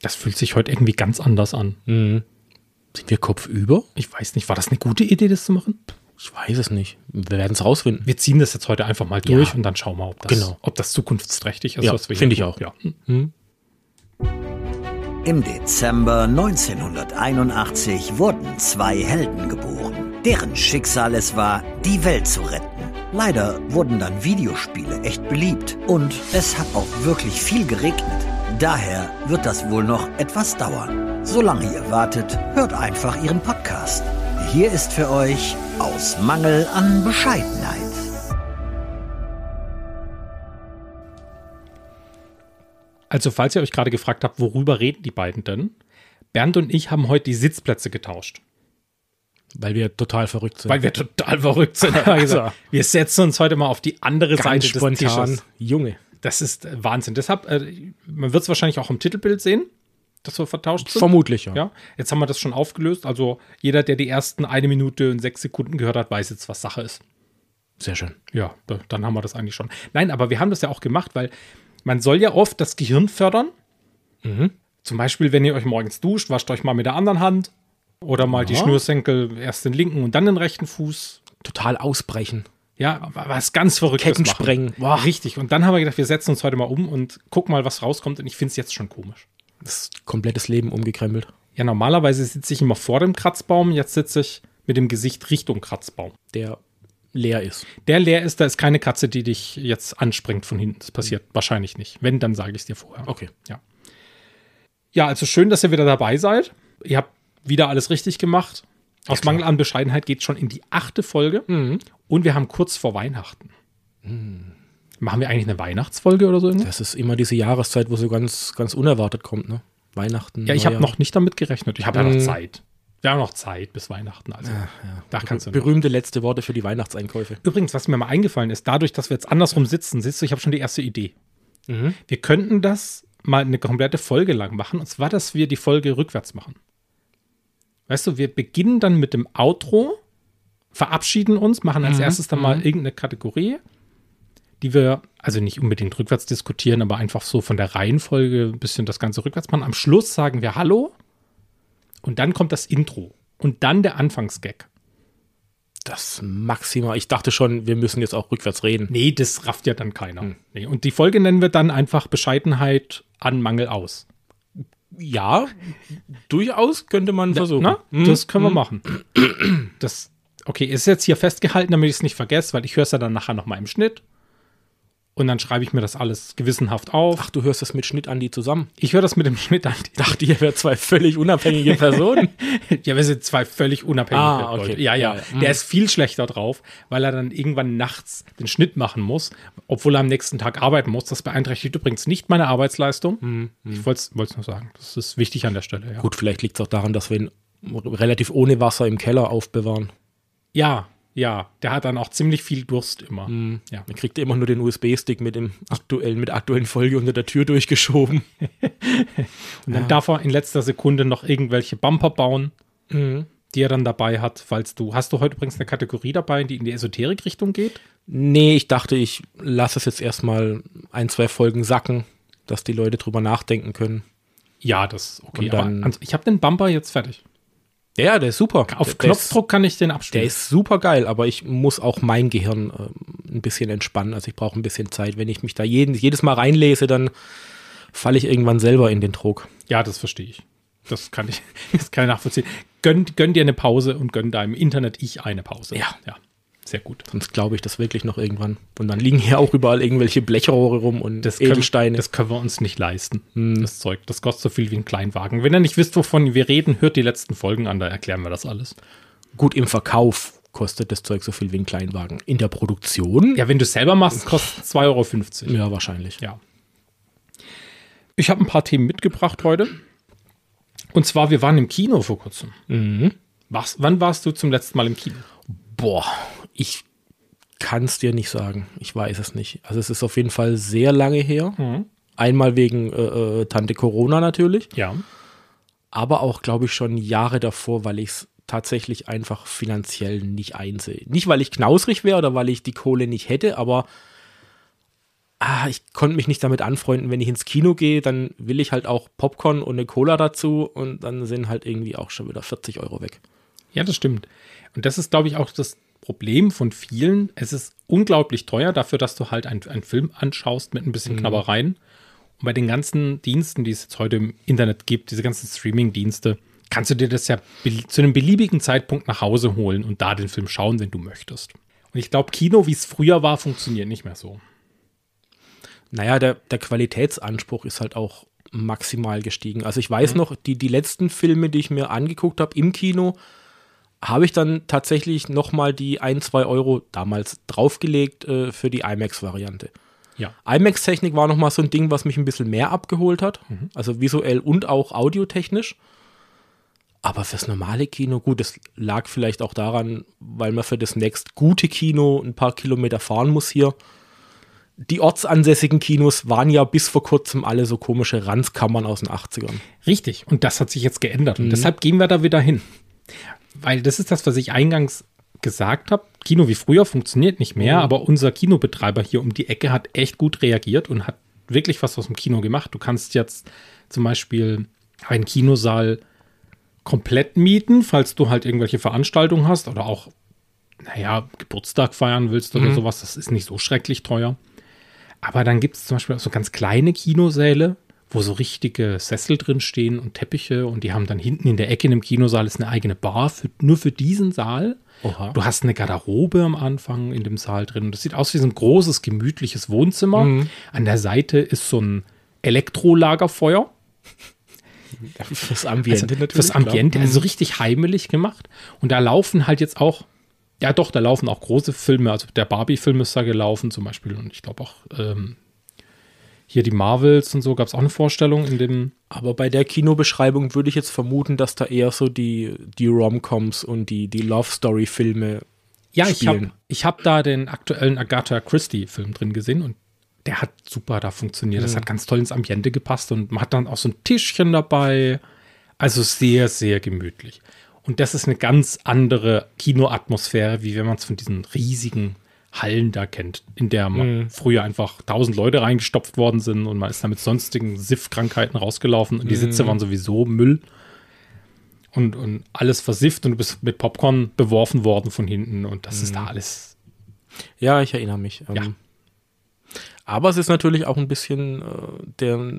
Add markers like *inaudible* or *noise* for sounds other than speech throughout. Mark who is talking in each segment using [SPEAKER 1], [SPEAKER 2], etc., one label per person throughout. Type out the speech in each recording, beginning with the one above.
[SPEAKER 1] Das fühlt sich heute irgendwie ganz anders an.
[SPEAKER 2] Mhm. Sind wir kopfüber?
[SPEAKER 1] Ich weiß nicht, war das eine gute Idee, das zu machen?
[SPEAKER 2] Ich weiß es nicht. Wir werden es rausfinden.
[SPEAKER 1] Wir ziehen das jetzt heute einfach mal durch
[SPEAKER 2] Ja.
[SPEAKER 1] und dann schauen wir, ob das,
[SPEAKER 2] Genau.
[SPEAKER 1] ob das zukunftsträchtig ist.
[SPEAKER 2] Ja,
[SPEAKER 1] was wir hier
[SPEAKER 2] finde ich
[SPEAKER 1] tun.
[SPEAKER 2] auch.
[SPEAKER 1] Ja.
[SPEAKER 3] Im Dezember 1981 wurden zwei Helden geboren, deren Schicksal es war, die Welt zu retten. Leider wurden dann Videospiele echt beliebt und es hat auch wirklich viel geregnet. Daher wird das wohl noch etwas dauern. Solange ihr wartet, hört einfach ihren Podcast. Hier ist für euch aus Mangel an Bescheidenheit.
[SPEAKER 1] Also, falls ihr euch gerade gefragt habt, worüber reden die beiden denn? Bernd und ich haben heute die Sitzplätze getauscht,
[SPEAKER 2] Weil wir total verrückt sind.
[SPEAKER 1] weil wir total verrückt
[SPEAKER 2] *laughs*
[SPEAKER 1] sind. Wir haben gesagt, wir setzen uns heute mal auf die andere
[SPEAKER 2] Also. ganz
[SPEAKER 1] Seite des
[SPEAKER 2] spontan.
[SPEAKER 1] Tisches.
[SPEAKER 2] Junge.
[SPEAKER 1] Das ist äh, Wahnsinn. Deshalb, äh, man wird es wahrscheinlich auch im Titelbild sehen, dass wir vertauscht sind.
[SPEAKER 2] Vermutlich, ja.
[SPEAKER 1] Ja, jetzt haben wir das schon aufgelöst. Also jeder, der die ersten eine Minute und sechs Sekunden gehört hat, weiß jetzt, was Sache ist.
[SPEAKER 2] Sehr schön.
[SPEAKER 1] Ja, da, dann haben wir das eigentlich schon. Nein, aber wir haben das ja auch gemacht, weil man soll ja oft das Gehirn fördern.
[SPEAKER 2] Mhm.
[SPEAKER 1] Zum Beispiel, wenn ihr euch morgens duscht, wascht euch mal mit der anderen Hand oder mal die
[SPEAKER 2] Ja.
[SPEAKER 1] Schnürsenkel erst den linken und dann den rechten Fuß.
[SPEAKER 2] Total ausbrechen.
[SPEAKER 1] Ja, was ganz Verrücktes
[SPEAKER 2] Ketten
[SPEAKER 1] machen.
[SPEAKER 2] sprengen.
[SPEAKER 1] Boah, richtig. Und dann haben wir gedacht, wir setzen uns heute mal um und gucken mal, was rauskommt. Und ich finde es jetzt schon komisch.
[SPEAKER 2] Das komplettes Leben umgekrempelt.
[SPEAKER 1] Ja, normalerweise sitze ich immer vor dem Kratzbaum. Jetzt sitze ich mit dem Gesicht Richtung Kratzbaum.
[SPEAKER 2] Der leer ist.
[SPEAKER 1] Der leer ist, da ist keine Katze, die dich jetzt anspringt von hinten. Das passiert wahrscheinlich nicht. Wenn, dann sage ich es dir vorher.
[SPEAKER 2] Okay.
[SPEAKER 1] Ja. Ja, also schön, dass ihr wieder dabei seid. Ihr habt wieder alles richtig gemacht. Aus
[SPEAKER 2] klar. Mhm.
[SPEAKER 1] Mangel an Bescheidenheit geht schon in die achte Folge. Und wir haben kurz vor Weihnachten. Machen wir eigentlich eine Weihnachtsfolge oder so? irgendwas?
[SPEAKER 2] Das ist immer diese Jahreszeit, wo so ganz, ganz unerwartet kommt, ne? Weihnachten.
[SPEAKER 1] Ja, ich habe
[SPEAKER 2] Neujahr.
[SPEAKER 1] noch nicht damit gerechnet. Ich habe ja
[SPEAKER 2] Mhm.
[SPEAKER 1] noch Zeit. Wir haben noch Zeit bis Weihnachten. Also, da kannst du noch.
[SPEAKER 2] berühmte letzte Worte für die Weihnachtseinkäufe.
[SPEAKER 1] Übrigens, was mir mal eingefallen ist, dadurch, dass wir jetzt andersrum sitzen, siehst du, ich habe schon die erste Idee. Wir könnten das mal eine komplette Folge lang machen, und zwar, dass wir die Folge rückwärts machen. Weißt du, wir beginnen dann mit dem Outro, verabschieden uns, machen als erstes dann mal irgendeine Kategorie, die wir, also nicht unbedingt rückwärts diskutieren, aber einfach so von der Reihenfolge ein bisschen das Ganze rückwärts machen. Am Schluss sagen wir Hallo und dann kommt das Intro und dann der Anfangsgag.
[SPEAKER 2] Das Maxima. Ich dachte schon, wir müssen jetzt auch rückwärts reden.
[SPEAKER 1] Nee, das rafft ja dann keiner. Nee. Und die Folge nennen wir dann einfach Bescheidenheit an Mangel aus.
[SPEAKER 2] Ja, durchaus könnte man versuchen.
[SPEAKER 1] Na, das können wir machen. Das, okay, ist jetzt hier festgehalten, damit ich es nicht vergesse, weil ich höre es ja dann nachher nochmal im Schnitt. Und dann schreibe ich mir das alles gewissenhaft auf.
[SPEAKER 2] Ach, du hörst das mit Schnitt Andi zusammen.
[SPEAKER 1] ich höre das mit dem Schnitt an.
[SPEAKER 2] Ich dachte, ihr wärt zwei völlig unabhängige Personen.
[SPEAKER 1] ja, wir sind zwei völlig unabhängige
[SPEAKER 2] Ah, okay.
[SPEAKER 1] Leute. Ja, ja. Mhm.
[SPEAKER 2] Ja, ja.
[SPEAKER 1] Der ist viel schlechter drauf, weil er dann irgendwann nachts den Schnitt machen muss, obwohl er am nächsten Tag arbeiten muss. Das beeinträchtigt übrigens nicht meine Arbeitsleistung. Ich wollte es nur sagen. Das ist wichtig an der Stelle. Ja,
[SPEAKER 2] Gut, vielleicht liegt es auch daran, dass wir ihn relativ ohne Wasser im Keller aufbewahren.
[SPEAKER 1] ja. ja. Der hat dann auch ziemlich viel Durst immer. Ja.
[SPEAKER 2] Man kriegt immer nur den USB-Stick mit dem aktuellen, mit der aktuellen Folge unter der Tür durchgeschoben.
[SPEAKER 1] Und dann darf er in letzter Sekunde noch irgendwelche Bumper bauen, die er dann dabei hat, falls du. Hast du heute übrigens eine Kategorie dabei, die in die Esoterik-Richtung geht?
[SPEAKER 2] Nee, ich dachte, ich lasse es jetzt erstmal ein, zwei Folgen sacken, dass die Leute drüber nachdenken können.
[SPEAKER 1] Ja, das ist okay.
[SPEAKER 2] Und dann-
[SPEAKER 1] aber ans- also, ich habe den Bumper jetzt fertig.
[SPEAKER 2] Ja, ja, der ist super.
[SPEAKER 1] Auf
[SPEAKER 2] der,
[SPEAKER 1] Knopfdruck kann ich den
[SPEAKER 2] Der
[SPEAKER 1] abspielen.
[SPEAKER 2] ist, der ist super geil, aber ich muss auch mein Gehirn ähm, ein bisschen entspannen. Also ich brauche ein bisschen Zeit. Wenn ich mich da jeden, jedes Mal reinlese, dann falle ich irgendwann selber in den Druck.
[SPEAKER 1] ja, das verstehe ich. Das kann ich, *laughs* das kann ich nachvollziehen. Gönn, gönn dir eine Pause und gönn deinem Internet ich eine Pause.
[SPEAKER 2] Ja.
[SPEAKER 1] ja. Sehr gut.
[SPEAKER 2] Sonst glaube ich das wirklich noch irgendwann. Und dann liegen hier auch überall irgendwelche Blechrohre rum und
[SPEAKER 1] Das können,
[SPEAKER 2] Edelsteine. Hm.
[SPEAKER 1] das können wir uns nicht leisten. Das Zeug, das kostet so viel wie ein Kleinwagen. Wenn ihr nicht wisst, wovon wir reden, hört die letzten Folgen an, da erklären wir das alles.
[SPEAKER 2] Gut, im Verkauf kostet das Zeug so viel wie ein Kleinwagen. In der Produktion?
[SPEAKER 1] Ja, wenn du es selber machst, kostet es 2,50 Euro.
[SPEAKER 2] Ja, wahrscheinlich.
[SPEAKER 1] Ja. Ich habe ein paar Themen mitgebracht heute. Und zwar, wir waren im Kino vor kurzem.
[SPEAKER 2] Mhm.
[SPEAKER 1] Was, wann warst du zum letzten Mal im Kino?
[SPEAKER 2] Boah, ich kann es dir nicht sagen. Ich weiß es nicht. Also es ist auf jeden Fall sehr lange her.
[SPEAKER 1] Mhm.
[SPEAKER 2] Einmal wegen äh, äh, Tante Corona natürlich,
[SPEAKER 1] Ja.
[SPEAKER 2] aber auch, glaube ich, schon Jahre davor, weil ich es tatsächlich einfach finanziell nicht einsehe. Nicht, weil ich knausrig wäre oder weil ich die Kohle nicht hätte, aber ah, ich konnte mich nicht damit anfreunden, wenn ich ins Kino gehe, dann will ich halt auch Popcorn und eine Cola dazu und dann sind halt irgendwie auch schon wieder 40 Euro weg.
[SPEAKER 1] Ja, das stimmt. Und das ist, glaube ich, auch das Problem von vielen. Es ist unglaublich teuer dafür, dass du halt einen, einen Film anschaust mit ein bisschen Knabbereien. Und bei den ganzen Diensten, die es jetzt heute im Internet gibt, diese ganzen Streaming-Dienste, kannst du dir das ja be- zu einem beliebigen Zeitpunkt nach Hause holen und da den Film schauen, wenn du möchtest. Und ich glaube, Kino, wie es früher war, funktioniert nicht mehr so.
[SPEAKER 2] Naja, der, der Qualitätsanspruch ist halt auch maximal gestiegen. Also ich weiß noch, die, die letzten Filme, die ich mir angeguckt habe im Kino, habe ich dann tatsächlich nochmal die ein, zwei Euro damals draufgelegt äh, für die IMAX-Variante.
[SPEAKER 1] Ja.
[SPEAKER 2] IMAX-Technik war nochmal so ein Ding, was mich ein bisschen mehr abgeholt hat.
[SPEAKER 1] Mhm.
[SPEAKER 2] Also visuell und auch audiotechnisch. Aber fürs normale Kino, gut, das lag vielleicht auch daran, weil man für das nächst gute Kino ein paar Kilometer fahren muss hier. Die ortsansässigen Kinos waren ja bis vor kurzem alle so komische Ranzkammern aus den 80ern.
[SPEAKER 1] Richtig. Und das hat sich jetzt geändert. Und deshalb gehen wir da wieder hin. Weil das ist das, was ich eingangs gesagt habe. Kino wie früher funktioniert nicht mehr, aber unser Kinobetreiber hier um die Ecke hat echt gut reagiert und hat wirklich was aus dem Kino gemacht. Du kannst jetzt zum Beispiel einen Kinosaal komplett mieten, falls du halt irgendwelche Veranstaltungen hast oder auch, naja, Geburtstag feiern willst oder sowas. Das ist nicht so schrecklich teuer. Aber dann gibt es zum Beispiel auch so ganz kleine Kinosäle, wo so richtige Sessel drin stehen und Teppiche und die haben dann hinten in der Ecke in dem Kinosaal ist eine eigene Bar für, nur für diesen Saal.
[SPEAKER 2] Oha.
[SPEAKER 1] Du hast eine Garderobe am Anfang in dem Saal drin. Das sieht aus wie so ein großes, gemütliches Wohnzimmer. An der Seite ist so ein Elektrolagerfeuer
[SPEAKER 2] Fürs Ambiente
[SPEAKER 1] also, Fürs Ambiente, also richtig heimelig gemacht. Und da laufen halt jetzt auch, ja doch, da laufen auch große Filme. Also der Barbie-Film ist da gelaufen zum Beispiel. Und ich glaube auch ähm, hier die Marvels und so gab es auch eine Vorstellung in dem.
[SPEAKER 2] Aber bei der Kinobeschreibung würde ich jetzt vermuten, dass da eher so die, die Rom-Coms und die, die Love-Story-Filme.
[SPEAKER 1] Ja, ich habe
[SPEAKER 2] Spielen.
[SPEAKER 1] ich hab da den aktuellen Agatha Christie-Film drin gesehen und der hat super da funktioniert. Das hat ganz toll ins Ambiente gepasst und man hat dann auch so ein Tischchen dabei. Also sehr, sehr gemütlich. Und das ist eine ganz andere Kinoatmosphäre, wie wenn man es von diesen riesigen Hallen da kennt, in der man früher einfach tausend Leute reingestopft worden sind und man ist da mit sonstigen Siff-Krankheiten rausgelaufen und die Sitze waren sowieso Müll und, und alles versifft und du bist mit Popcorn beworfen worden von hinten und das ist da alles.
[SPEAKER 2] Ja, ich erinnere mich. Ähm,
[SPEAKER 1] Ja.
[SPEAKER 2] Aber es ist natürlich auch ein bisschen äh, der,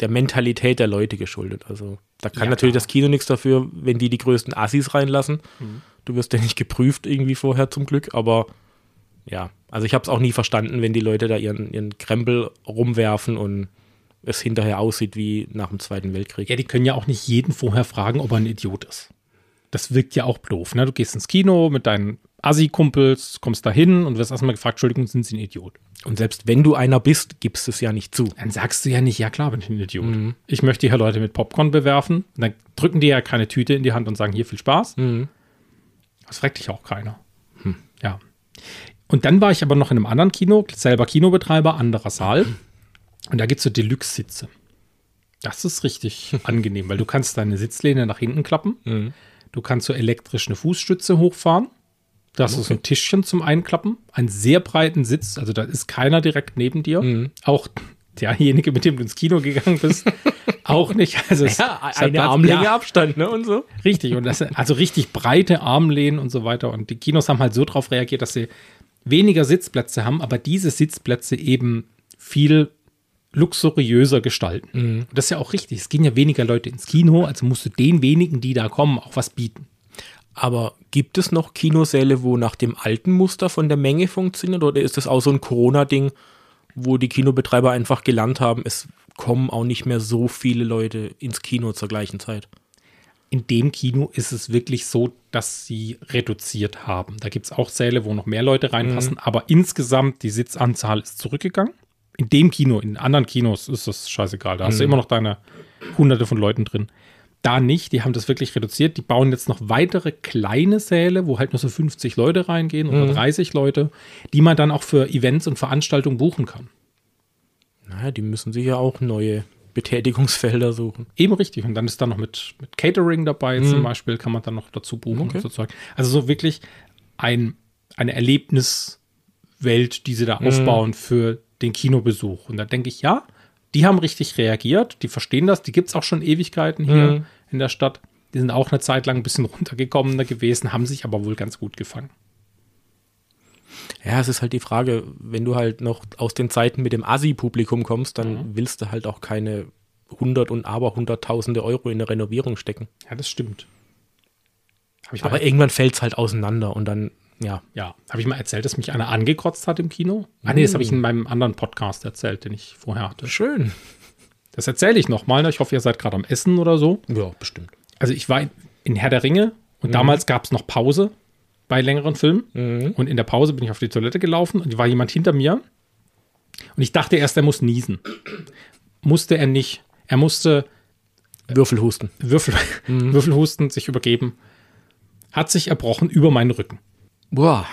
[SPEAKER 2] der Mentalität der Leute geschuldet. Also da kann
[SPEAKER 1] Ja, klar.
[SPEAKER 2] natürlich
[SPEAKER 1] Mhm.
[SPEAKER 2] das Kino nichts dafür, wenn die die größten Assis reinlassen. Du wirst ja nicht geprüft irgendwie vorher zum Glück, aber ja. Also ich habe es auch nie verstanden, wenn die Leute da ihren, ihren Krempel rumwerfen und es hinterher aussieht wie nach dem Zweiten Weltkrieg.
[SPEAKER 1] Ja, die können ja auch nicht jeden vorher fragen, ob er ein Idiot ist. Das wirkt ja auch doof. Ne? Du gehst ins Kino mit deinen Assi-Kumpels, kommst da hin und wirst erstmal gefragt, Entschuldigung, sind Sie ein Idiot?
[SPEAKER 2] Und selbst wenn du einer bist, gibst es ja nicht zu.
[SPEAKER 1] Dann sagst du ja nicht, ja klar bin ich ein Idiot. Ich möchte hier Leute mit Popcorn bewerfen. Und dann drücken die ja keine Tüte in die Hand und sagen, hier viel Spaß. Das fragt dich auch keiner. Ja. Und dann war ich aber noch in einem anderen Kino, selber Kinobetreiber, anderer Saal. Und da gibt es so Deluxe-Sitze. Das ist richtig angenehm, weil du kannst deine Sitzlehne nach hinten klappen. Du kannst so elektrisch eine Fußstütze hochfahren. Da hast du so ein Tischchen zum Einklappen, einen sehr breiten Sitz, also da ist keiner direkt neben dir. Auch *laughs* derjenige, mit dem du ins Kino gegangen bist, auch nicht. Also es- es hat Platz- Ja,
[SPEAKER 2] Abstand, ne? Und so.
[SPEAKER 1] Richtig, und das sind also richtig breite Armlehnen und so weiter. Und die Kinos haben halt so drauf reagiert, dass sie weniger Sitzplätze haben, aber diese Sitzplätze eben viel luxuriöser gestalten. Und das ist ja auch richtig. Es gehen ja weniger Leute ins Kino, also musst du den wenigen, die da kommen, auch was bieten.
[SPEAKER 2] Aber gibt es noch Kinosäle, wo nach dem alten Muster von der Menge funktioniert? Oder ist das auch so ein Corona-Ding, wo die Kinobetreiber einfach gelernt haben, es kommen auch nicht mehr so viele Leute ins Kino zur gleichen Zeit?
[SPEAKER 1] In dem Kino ist es wirklich so, dass sie reduziert haben. Da gibt es auch Säle, wo noch mehr Leute reinpassen, aber insgesamt die Sitzanzahl ist zurückgegangen. In dem Kino, in anderen Kinos ist das scheißegal. Da hast du immer noch deine hunderte von Leuten drin. Da nicht, die haben das wirklich reduziert. Die bauen jetzt noch weitere kleine Säle, wo halt nur so 50 Leute reingehen oder 30 Leute, die man dann auch für Events und Veranstaltungen buchen kann.
[SPEAKER 2] Naja, die müssen sich ja auch neue Betätigungsfelder suchen.
[SPEAKER 1] Eben richtig. Und dann ist da noch mit, mit Catering
[SPEAKER 2] Mhm.
[SPEAKER 1] dabei zum Beispiel, kann man dann noch dazu buchen und so Zeug. Also so
[SPEAKER 2] Mhm.
[SPEAKER 1] wirklich ein, eine Erlebniswelt, die sie da aufbauen für den Kinobesuch. Und da denke ich, ja, die haben richtig reagiert, die verstehen das, die gibt es auch schon Ewigkeiten hier
[SPEAKER 2] Mhm.
[SPEAKER 1] in der Stadt. Die sind auch eine Zeit lang ein bisschen *laughs* runtergekommener gewesen, haben sich aber wohl ganz gut gefangen.
[SPEAKER 2] Ja, es ist halt die Frage, wenn du halt noch aus den Zeiten mit dem Assi-Publikum kommst, dann willst du halt auch keine hundert und aber hunderttausende Euro in eine Renovierung stecken.
[SPEAKER 1] Ja, das stimmt. Hab ich
[SPEAKER 2] Aber
[SPEAKER 1] mal,
[SPEAKER 2] irgendwann fällt es halt auseinander und dann, ja.
[SPEAKER 1] ja, habe ich mal erzählt, dass mich einer angekotzt hat im Kino? Ah, nee, das habe ich
[SPEAKER 2] Mhm.
[SPEAKER 1] in meinem anderen Podcast erzählt, den ich vorher hatte.
[SPEAKER 2] Schön.
[SPEAKER 1] Das erzähle ich nochmal. Ich hoffe, ihr seid gerade am Essen oder so.
[SPEAKER 2] Ja, bestimmt.
[SPEAKER 1] Also ich war in- in Herr der Ringe und damals gab es noch Pause bei längeren Filmen. Und in der Pause bin ich auf die Toilette gelaufen und war jemand hinter mir. Und ich dachte erst, er muss niesen. Musste er nicht. Er musste
[SPEAKER 2] Würfelhusten.
[SPEAKER 1] Würfel, *laughs* Würfelhusten sich übergeben. Hat sich erbrochen über meinen Rücken.
[SPEAKER 2] Boah.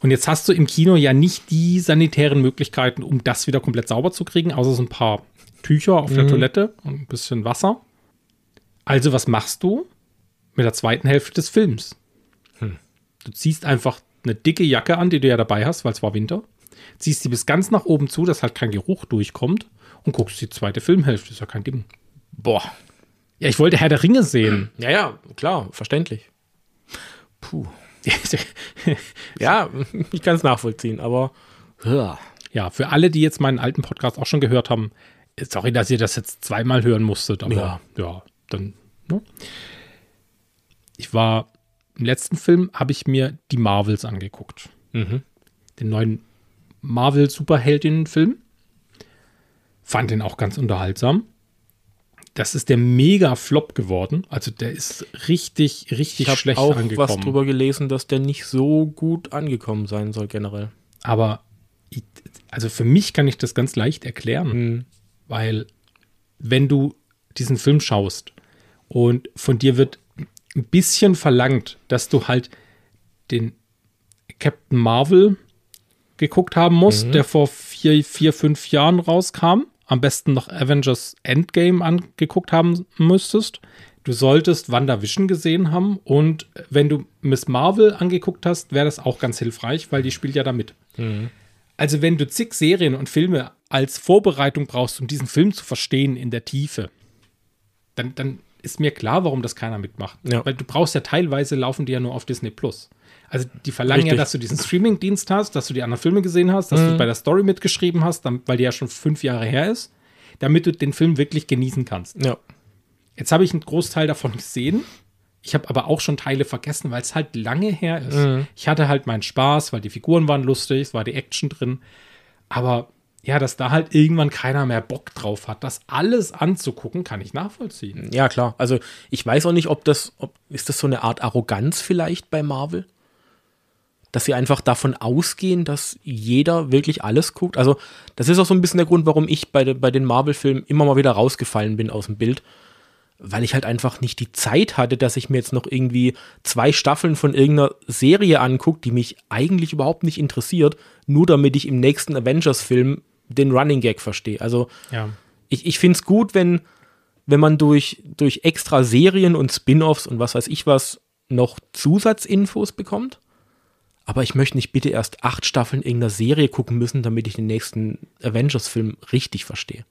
[SPEAKER 1] Und jetzt hast du im Kino ja nicht die sanitären Möglichkeiten, um das wieder komplett sauber zu kriegen, außer so ein paar Tücher auf der Toilette und ein bisschen Wasser. Also, was machst du mit der zweiten Hälfte des Films? Du ziehst einfach eine dicke Jacke an, die du ja dabei hast, weil es war Winter. Ziehst die bis ganz nach oben zu, dass halt kein Geruch durchkommt und guckst die zweite Filmhälfte. Ist ja kein Ding.
[SPEAKER 2] Boah.
[SPEAKER 1] Ja, ich wollte Herr der Ringe
[SPEAKER 2] *clears throat*
[SPEAKER 1] sehen. *laughs*
[SPEAKER 2] Ja, ja, klar, verständlich. Puh. Ja, *laughs* ich kann es nachvollziehen, aber. Ja.
[SPEAKER 1] Ja, für alle, die jetzt meinen alten Podcast auch schon gehört haben, äh, sorry, dass ihr das jetzt zweimal hören musstet, aber ja,
[SPEAKER 2] Ja.
[SPEAKER 1] dann. Ne? Ich war im letzten Film habe ich mir die Marvels angeguckt,
[SPEAKER 2] Mhm.
[SPEAKER 1] den neuen Marvel Superheldinnen-Film. Fand den auch ganz unterhaltsam. Das ist der Mega-Flop geworden. Also der ist richtig, richtig
[SPEAKER 2] Ich habe
[SPEAKER 1] schlecht
[SPEAKER 2] auch
[SPEAKER 1] angekommen.
[SPEAKER 2] was drüber gelesen, dass der nicht so gut angekommen sein soll, generell.
[SPEAKER 1] Aber ich, also für mich kann ich das ganz leicht erklären, weil wenn du diesen Film schaust und von dir wird ein bisschen verlangt, dass du halt den Captain Marvel geguckt haben musst, der vor vier, vier, fünf Jahren rauskam, am besten noch Avengers Endgame angeguckt haben müsstest. Du solltest WandaVision gesehen haben und wenn du Miss Marvel angeguckt hast, wäre das auch ganz hilfreich, weil die spielt ja damit. Also wenn du zig Serien und Filme als Vorbereitung brauchst, um diesen Film zu verstehen in der Tiefe, dann, dann ist mir klar, warum das keiner mitmacht.
[SPEAKER 2] Ja.
[SPEAKER 1] Weil du brauchst ja teilweise, laufen die ja nur auf Disney Plus. Also die verlangen ja,
[SPEAKER 2] Richtig.
[SPEAKER 1] dass du diesen Streaming-Dienst hast, dass du die anderen Filme gesehen hast, dass du bei der Story mitgeschrieben hast, dann, weil die ja schon fünf Jahre her ist, damit du den Film wirklich genießen kannst.
[SPEAKER 2] Ja.
[SPEAKER 1] Jetzt habe ich einen Großteil davon gesehen. Ich habe aber auch schon Teile vergessen, weil es halt lange her ist. Ich hatte halt meinen Spaß, weil die Figuren waren lustig, es war die Action drin. Aber ja, dass da halt irgendwann keiner mehr Bock drauf hat, das alles anzugucken, kann ich nachvollziehen.
[SPEAKER 2] Ja, klar. Also ich weiß auch nicht, ob das, ob, ist das so eine Art Arroganz vielleicht bei Marvel? Dass sie einfach davon ausgehen, dass jeder wirklich alles guckt. Also, das ist auch so ein bisschen der Grund, warum ich bei, de, bei den Marvel-Filmen immer mal wieder rausgefallen bin aus dem Bild. Weil ich halt einfach nicht die Zeit hatte, dass ich mir jetzt noch irgendwie zwei Staffeln von irgendeiner Serie angucke, die mich eigentlich überhaupt nicht interessiert, nur damit ich im nächsten Avengers-Film den Running Gag verstehe. Also,
[SPEAKER 1] Ja.
[SPEAKER 2] ich, ich finde es gut, wenn, wenn man durch, durch extra Serien und Spin-offs und was weiß ich was noch Zusatzinfos bekommt. Aber ich möchte nicht bitte erst acht Staffeln irgendeiner Serie gucken müssen, damit ich den nächsten Avengers-Film richtig verstehe.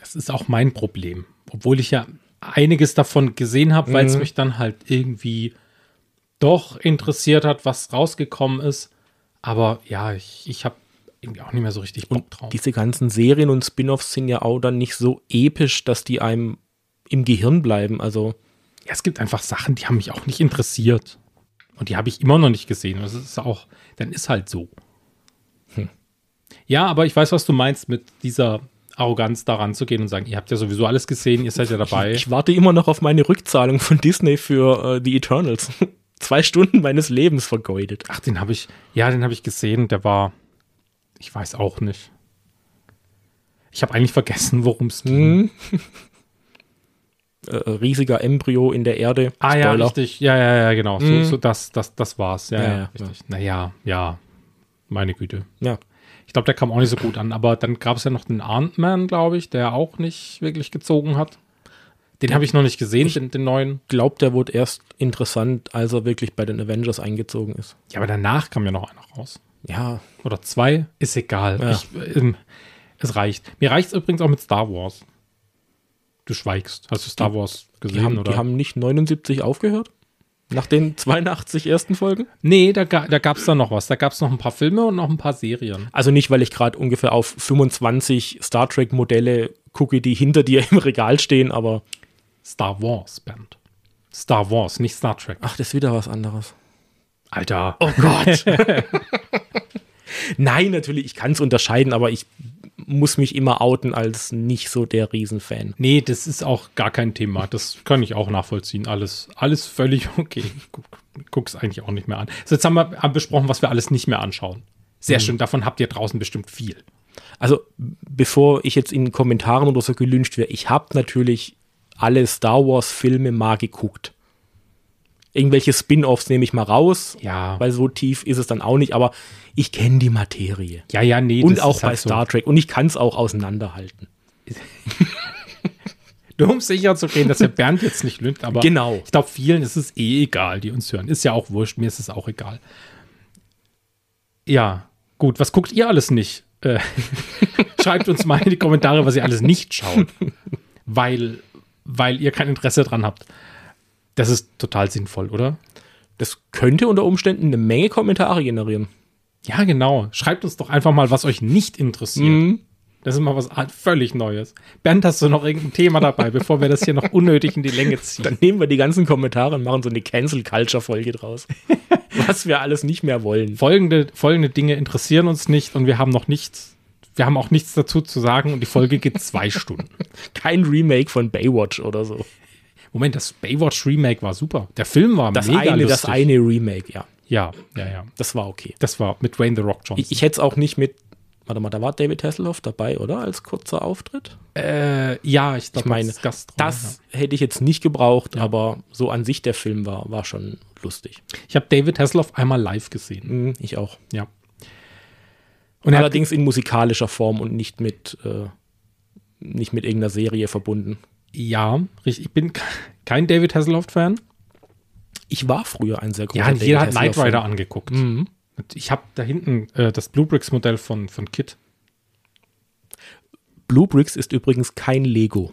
[SPEAKER 1] Das ist auch mein Problem. Obwohl ich ja einiges davon gesehen habe, weil es mich dann halt irgendwie doch interessiert hat, was rausgekommen ist. Aber ja, ich, ich habe irgendwie auch nicht mehr so richtig Bock drauf.
[SPEAKER 2] Diese ganzen Serien und Spin-offs sind ja auch dann nicht so episch, dass die einem im Gehirn bleiben. Also
[SPEAKER 1] ja, es gibt einfach Sachen, die haben mich auch nicht interessiert. Und die habe ich immer noch nicht gesehen. Das ist auch, dann ist halt so. Hm. Ja, aber ich weiß, was du meinst mit dieser Arroganz daran zu gehen und sagen, ihr habt ja sowieso alles gesehen, ihr seid ja dabei.
[SPEAKER 2] ich warte immer noch auf meine Rückzahlung von Disney für äh, The Eternals. *laughs* Zwei Stunden meines Lebens vergeudet.
[SPEAKER 1] Ach, den habe ich, ja, den habe ich gesehen. Der war, ich weiß auch nicht. Ich habe eigentlich vergessen, worum es ging.
[SPEAKER 2] Äh, riesiger Embryo in der Erde.
[SPEAKER 1] Ah ja,
[SPEAKER 2] Spoiler.
[SPEAKER 1] richtig. Ja, ja, ja, genau. So, so das, das, das war's. Ja,
[SPEAKER 2] Ja,
[SPEAKER 1] ja,
[SPEAKER 2] ja,
[SPEAKER 1] richtig. Naja, ja. Meine Güte.
[SPEAKER 2] Ja.
[SPEAKER 1] Ich glaube, der kam auch nicht so gut an. Aber dann gab es ja noch den Ant-Man, glaube ich, der auch nicht wirklich gezogen hat. Den habe ich noch nicht gesehen, den, den neuen.
[SPEAKER 2] Glaubt, der wurde erst interessant, als er wirklich bei den Avengers eingezogen ist.
[SPEAKER 1] Ja, aber danach kam ja noch einer raus.
[SPEAKER 2] Ja,
[SPEAKER 1] oder zwei, ist egal.
[SPEAKER 2] Ja.
[SPEAKER 1] Ich, ähm, es reicht. Mir reicht es übrigens auch mit Star Wars. Du schweigst. Hast du Star Wars
[SPEAKER 2] die,
[SPEAKER 1] gesehen?
[SPEAKER 2] haben,
[SPEAKER 1] oder?
[SPEAKER 2] die haben nicht 79 aufgehört? Nach den 82 ersten Folgen?
[SPEAKER 1] nee, da, ga- da gab es dann noch was. Da gab es noch ein paar Filme und noch ein paar Serien.
[SPEAKER 2] Also nicht, weil ich gerade ungefähr auf 25 Star Trek-Modelle gucke, die hinter dir *laughs* im Regal stehen, aber
[SPEAKER 1] Star Wars Band. Star Wars, nicht Star Trek.
[SPEAKER 2] ach, das ist wieder was anderes.
[SPEAKER 1] Alter.
[SPEAKER 2] Oh Gott. Nein, natürlich, ich kann es unterscheiden, aber ich muss mich immer outen als nicht so der Riesenfan.
[SPEAKER 1] Nee, das ist auch gar kein Thema. Das kann ich auch nachvollziehen. Alles, alles völlig *laughs* okay. Guck, guck's eigentlich auch nicht mehr an. So, jetzt haben wir haben besprochen, was wir alles nicht mehr anschauen. Sehr
[SPEAKER 2] Mhm.
[SPEAKER 1] schön, davon habt ihr draußen bestimmt viel.
[SPEAKER 2] Also, bevor ich jetzt in Kommentaren oder so gelünscht werde, ich habe natürlich alle Star Wars-Filme mal geguckt. Irgendwelche Spin-offs nehme ich mal raus,
[SPEAKER 1] Ja.
[SPEAKER 2] weil so tief ist es dann auch nicht, aber ich kenne die Materie.
[SPEAKER 1] Ja, ja, nee.
[SPEAKER 2] Und
[SPEAKER 1] das
[SPEAKER 2] auch
[SPEAKER 1] ist
[SPEAKER 2] bei
[SPEAKER 1] halt so.
[SPEAKER 2] Star Trek. Und ich kann es auch auseinanderhalten.
[SPEAKER 1] Nur um sicher zu gehen, dass der Bernd jetzt nicht lügt, aber
[SPEAKER 2] Genau.
[SPEAKER 1] ich glaube, vielen ist es eh egal, die uns hören. Ist ja auch wurscht, mir ist es auch egal. Ja, gut, was guckt ihr alles nicht? Äh, *laughs* schreibt uns mal in die Kommentare, was ihr alles nicht schaut, weil, weil ihr kein Interesse dran habt. Das ist total sinnvoll, oder?
[SPEAKER 2] Das könnte unter Umständen eine Menge Kommentare generieren.
[SPEAKER 1] Ja, genau. Schreibt uns doch einfach mal, was euch nicht interessiert. Das ist mal was völlig Neues. Bernd, hast du noch irgendein Thema dabei, bevor wir das hier noch unnötig in die Länge ziehen?
[SPEAKER 2] Dann nehmen wir die ganzen Kommentare und machen so eine Cancel-Culture-Folge
[SPEAKER 1] *laughs*
[SPEAKER 2] draus. was wir alles nicht mehr wollen.
[SPEAKER 1] folgende, folgende Dinge interessieren uns nicht und wir haben noch nichts, wir haben auch nichts dazu zu sagen und die Folge geht
[SPEAKER 2] *laughs*
[SPEAKER 1] zwei Stunden.
[SPEAKER 2] Kein Remake von Baywatch oder so.
[SPEAKER 1] Moment, das Baywatch Remake war super. Der Film war
[SPEAKER 2] Das
[SPEAKER 1] mega
[SPEAKER 2] eine,
[SPEAKER 1] lustig.
[SPEAKER 2] das eine Remake, ja.
[SPEAKER 1] Ja, ja, ja.
[SPEAKER 2] Das war okay.
[SPEAKER 1] Das war mit Dwayne The Rock Johnson.
[SPEAKER 2] Ich, ich hätte es auch nicht mit. Warte mal, da war David Hasselhoff dabei, oder? Als kurzer Auftritt?
[SPEAKER 1] äh, ja, ich glaube,
[SPEAKER 2] Ich meine,
[SPEAKER 1] Gast
[SPEAKER 2] Das hätte ich jetzt nicht gebraucht, aber so an sich der Film war, war schon lustig.
[SPEAKER 1] ja. Ich habe David Hasselhoff einmal live gesehen.
[SPEAKER 2] Mhm, Ich auch.
[SPEAKER 1] Ja. Und er hat,
[SPEAKER 2] Allerdings in musikalischer Form und nicht mit, äh, nicht mit irgendeiner Serie verbunden.
[SPEAKER 1] ja, richtig. Ich bin ke- kein David Hasselhoff-Fan.
[SPEAKER 2] Ich war früher ein sehr großer
[SPEAKER 1] Ja, jeder hat Knight
[SPEAKER 2] Hasselhoff-Fan.
[SPEAKER 1] Rider angeguckt.
[SPEAKER 2] Mhm.
[SPEAKER 1] Und Ich habe da hinten äh, das Bluebricks-Modell von, von Kit.
[SPEAKER 2] Blue Bricks ist übrigens kein Lego.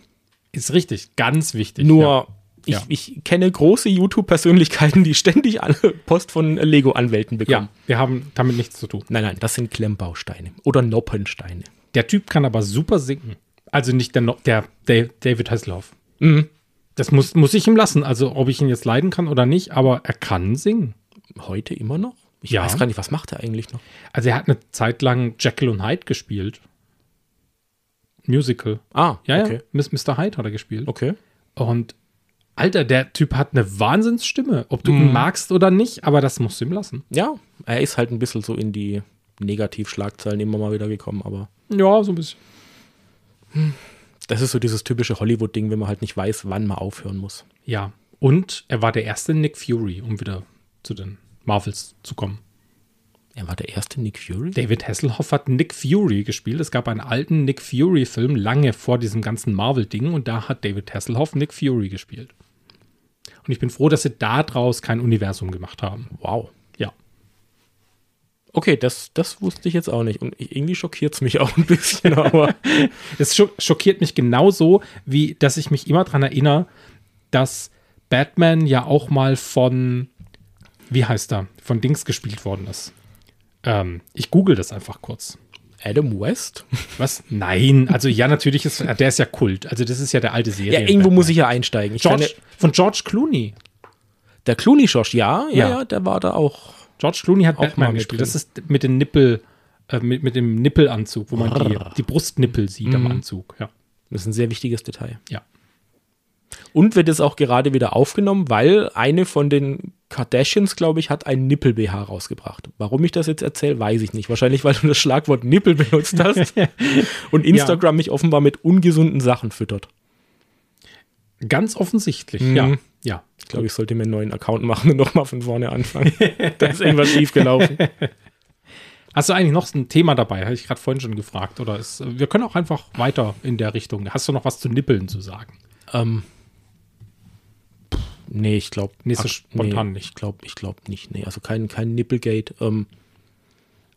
[SPEAKER 1] Ist richtig, ganz wichtig. ja.
[SPEAKER 2] Nur, ich,
[SPEAKER 1] Ja.
[SPEAKER 2] ich kenne große YouTube-Persönlichkeiten, die ständig alle *laughs* Post von Lego-Anwälten bekommen.
[SPEAKER 1] Ja, wir haben damit nichts zu tun.
[SPEAKER 2] Nein, nein, das sind Klemmbausteine oder Noppensteine.
[SPEAKER 1] Der Typ kann aber super singen. Also nicht der, No- der, der David Hasselhoff. Mhm. Das muss, muss ich ihm lassen. Also ob ich ihn jetzt leiden kann oder nicht, aber er kann singen.
[SPEAKER 2] Heute immer noch? Ich
[SPEAKER 1] Ja.
[SPEAKER 2] weiß gar nicht, was macht er eigentlich noch?
[SPEAKER 1] Also er hat eine Zeit lang Jekyll und Hyde gespielt. Musical.
[SPEAKER 2] Ah,
[SPEAKER 1] Ja,
[SPEAKER 2] okay.
[SPEAKER 1] ja. Miss- Mr. Hyde hat er gespielt.
[SPEAKER 2] Okay.
[SPEAKER 1] Und Alter, der Typ hat eine Wahnsinnsstimme. Ob du ihn magst oder nicht, aber das musst du ihm lassen.
[SPEAKER 2] Ja, er ist halt ein bisschen so in die Negativschlagzeilen immer mal wieder gekommen, aber
[SPEAKER 1] Ja, so ein bisschen.
[SPEAKER 2] das ist so dieses typische Hollywood-Ding, wenn man halt nicht weiß, wann man aufhören muss.
[SPEAKER 1] Ja. Und er war der erste Nick Fury, um wieder zu den Marvels zu kommen.
[SPEAKER 2] Er war der erste Nick Fury?
[SPEAKER 1] David Hasselhoff hat Nick Fury gespielt. Es gab einen alten Nick Fury-Film lange vor diesem ganzen Marvel-Ding und da hat David Hasselhoff Nick Fury gespielt. Und ich bin froh, dass sie daraus kein Universum gemacht haben.
[SPEAKER 2] wow.
[SPEAKER 1] Ja. *laughs*
[SPEAKER 2] Okay, das, das wusste ich jetzt auch nicht. Und ich- irgendwie schockiert es mich auch ein bisschen, *laughs* aber
[SPEAKER 1] Es scho schockiert mich genauso, wie dass ich mich immer daran erinnere, dass Batman ja auch mal von, wie heißt er, von Dings gespielt worden ist. Ähm, ich google das einfach kurz.
[SPEAKER 2] Adam West?
[SPEAKER 1] Was? Nein, also ja, natürlich ist der ist ja Kult. Also das ist ja der alte Serie.
[SPEAKER 2] Ja, irgendwo muss ich ja einsteigen. Ich
[SPEAKER 1] George,
[SPEAKER 2] kann
[SPEAKER 1] von George Clooney.
[SPEAKER 2] ja- der Clooney Josh, ja, ja,
[SPEAKER 1] Ja.
[SPEAKER 2] ja, der war da auch.
[SPEAKER 1] George Clooney hat
[SPEAKER 2] Auch mal
[SPEAKER 1] Batman
[SPEAKER 2] mit
[SPEAKER 1] gespielt.
[SPEAKER 2] drin.
[SPEAKER 1] Das ist mit dem Nippel, äh, mit, mit dem Nippelanzug, wo man die,
[SPEAKER 2] Brrr.
[SPEAKER 1] die Brustnippel sieht
[SPEAKER 2] Mhm.
[SPEAKER 1] am Anzug. Ja,
[SPEAKER 2] Das ist ein sehr wichtiges Detail.
[SPEAKER 1] ja.
[SPEAKER 2] Und wird jetzt auch gerade wieder aufgenommen, weil eine von den Kardashians, glaube ich, hat einen Nippel-BH rausgebracht. Warum ich das jetzt erzähle, weiß ich nicht. Wahrscheinlich, weil du das Schlagwort Nippel
[SPEAKER 1] *laughs*
[SPEAKER 2] benutzt hast und Instagram mich offenbar mit ungesunden Sachen füttert.
[SPEAKER 1] Ganz offensichtlich.
[SPEAKER 2] Mhm.
[SPEAKER 1] Ja, ja.
[SPEAKER 2] Ich glaube, ich sollte mir einen neuen Account machen und nochmal von
[SPEAKER 1] *laughs*
[SPEAKER 2] vorne anfangen. da ist irgendwas schiefgelaufen.
[SPEAKER 1] Hast du eigentlich noch ein Thema dabei? Habe ich gerade vorhin schon gefragt. Oder ist, wir können auch einfach weiter in der Richtung. Hast du noch was zu Nippeln zu sagen?
[SPEAKER 2] Ähm, pff, nee, ich glaube
[SPEAKER 1] Nee, so spontan
[SPEAKER 2] nee,
[SPEAKER 1] nicht.
[SPEAKER 2] Ich glaube ich glaub nicht. Nee, also kein, kein Nippelgate. Ähm,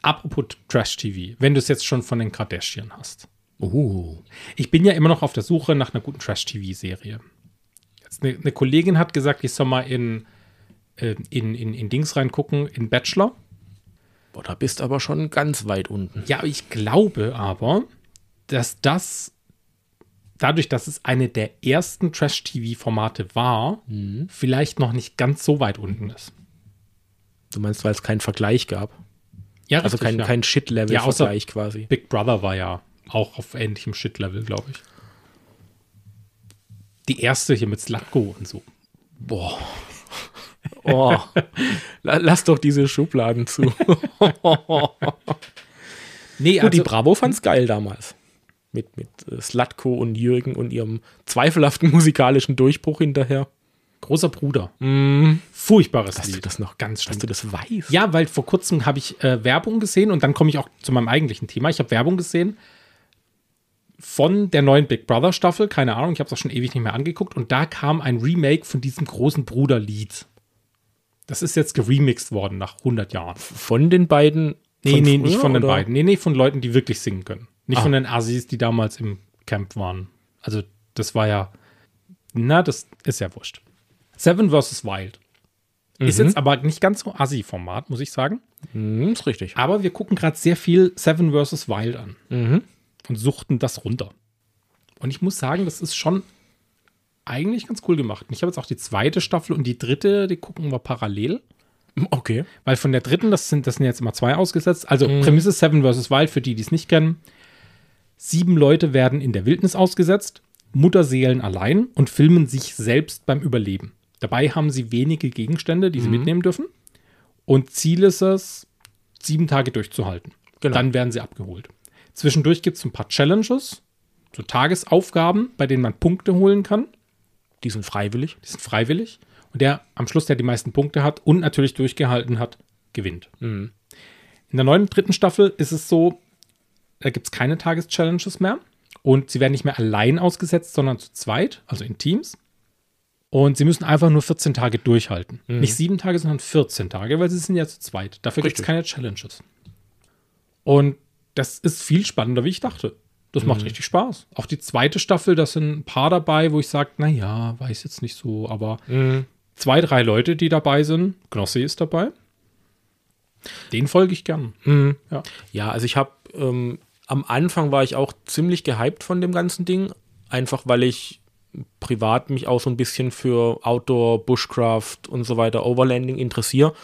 [SPEAKER 1] Apropos Trash-TV, wenn du es jetzt schon von den Kardashian hast.
[SPEAKER 2] Oh.
[SPEAKER 1] Ich bin ja immer noch auf der Suche nach einer guten Trash-TV-Serie. Jetzt Eine, eine Kollegin hat gesagt, ich soll mal in, äh, in, in, in Dings reingucken, in Bachelor.
[SPEAKER 2] Boah, da bist aber schon ganz weit unten.
[SPEAKER 1] Ja, ich glaube aber, dass das dadurch, dass es eine der ersten Trash-TV-Formate war,
[SPEAKER 2] Mhm.
[SPEAKER 1] vielleicht noch nicht ganz so weit unten ist.
[SPEAKER 2] Du meinst, weil es keinen Vergleich gab.
[SPEAKER 1] Ja,
[SPEAKER 2] Also
[SPEAKER 1] richtig,
[SPEAKER 2] kein,
[SPEAKER 1] ja.
[SPEAKER 2] kein
[SPEAKER 1] Ja, außer-
[SPEAKER 2] Shit-Level-Vergleich quasi.
[SPEAKER 1] Big Brother war ja auch auf ähnlichem Shit-Level, glaube ich. Die erste hier mit Slatko und so.
[SPEAKER 2] Boah.
[SPEAKER 1] *laughs*
[SPEAKER 2] Oh. La- Lass doch diese Schubladen *laughs* zu.
[SPEAKER 1] Nee,
[SPEAKER 2] Gut, Oh, die
[SPEAKER 1] also,
[SPEAKER 2] Bravo fand's geil damals. Mit, mit äh, Slatko und Jürgen und ihrem zweifelhaften *laughs* musikalischen Durchbruch hinterher.
[SPEAKER 1] großer Bruder. Furchtbares
[SPEAKER 2] Dass Mhm. du
[SPEAKER 1] Lied.
[SPEAKER 2] das noch
[SPEAKER 1] ganz
[SPEAKER 2] ganz dass
[SPEAKER 1] schlimm.
[SPEAKER 2] du das weißt.
[SPEAKER 1] Ja, weil vor kurzem habe ich äh, Werbung gesehen und dann komme ich auch zu meinem eigentlichen Thema. Ich habe Werbung gesehen von der neuen Big Brother Staffel, keine Ahnung, ich habe es auch schon ewig nicht mehr angeguckt und da kam ein Remake von diesem großen Bruder Lied. Das ist jetzt geremixed worden nach 100 Jahren.
[SPEAKER 2] Von den beiden.
[SPEAKER 1] Nee,
[SPEAKER 2] von
[SPEAKER 1] nee,
[SPEAKER 2] früher,
[SPEAKER 1] nicht von den
[SPEAKER 2] oder? Ah.
[SPEAKER 1] beiden. Nee, nee, von Leuten, die wirklich singen können. Nicht von den Assis, die damals im Camp waren. Also, das war ja. Na, das ist ja wurscht. Seven vs. Wild. Ist
[SPEAKER 2] Mhm.
[SPEAKER 1] jetzt aber nicht ganz so Assi-Format, muss ich sagen.
[SPEAKER 2] Hm, ist richtig.
[SPEAKER 1] Aber wir gucken gerade sehr viel Seven vs. Wild an.
[SPEAKER 2] Mhm.
[SPEAKER 1] Und suchten das runter. Und ich muss sagen, das ist schon eigentlich ganz cool gemacht. Und ich habe jetzt auch die zweite Staffel und die dritte, die gucken wir parallel.
[SPEAKER 2] Okay.
[SPEAKER 1] Weil von der dritten, das sind, das sind jetzt immer zwei ausgesetzt. Also Prämisse Seven vs. Wild, für die, die es nicht kennen. Sieben Leute werden in der Wildnis ausgesetzt, Mutterseelen allein und filmen sich selbst beim Überleben. Dabei haben sie wenige Gegenstände, die sie mitnehmen dürfen. Und Ziel ist es, sieben Tage durchzuhalten.
[SPEAKER 2] Genau.
[SPEAKER 1] Dann werden sie abgeholt. Zwischendurch gibt es ein paar Challenges, so Tagesaufgaben, bei denen man Punkte holen kann.
[SPEAKER 2] Die sind freiwillig.
[SPEAKER 1] Die sind freiwillig. Und der am Schluss, der die meisten Punkte hat und natürlich durchgehalten hat, gewinnt. In der neuen dritten Staffel ist es so, da gibt es keine Tageschallenges mehr. Und sie werden nicht mehr allein ausgesetzt, sondern zu zweit, also in Teams. Und sie müssen einfach nur 14 Tage durchhalten. Nicht sieben Tage, sondern 14 Tage, weil sie sind ja zu zweit. Dafür gibt es
[SPEAKER 2] Richtig.
[SPEAKER 1] keine Challenges. Und das ist viel spannender, wie ich dachte. Das macht richtig Spaß. Auch die zweite Staffel, da sind ein paar dabei, wo ich sage, naja, weiß jetzt nicht so, aber zwei, drei Leute, die dabei sind. Knossi ist dabei. Den folge ich gern. Ja.
[SPEAKER 2] Ja, also ich habe ähm, am Anfang war ich auch ziemlich gehypt von dem ganzen Ding, einfach weil ich privat mich auch so ein bisschen für Outdoor, Bushcraft und so weiter, Overlanding interessiere.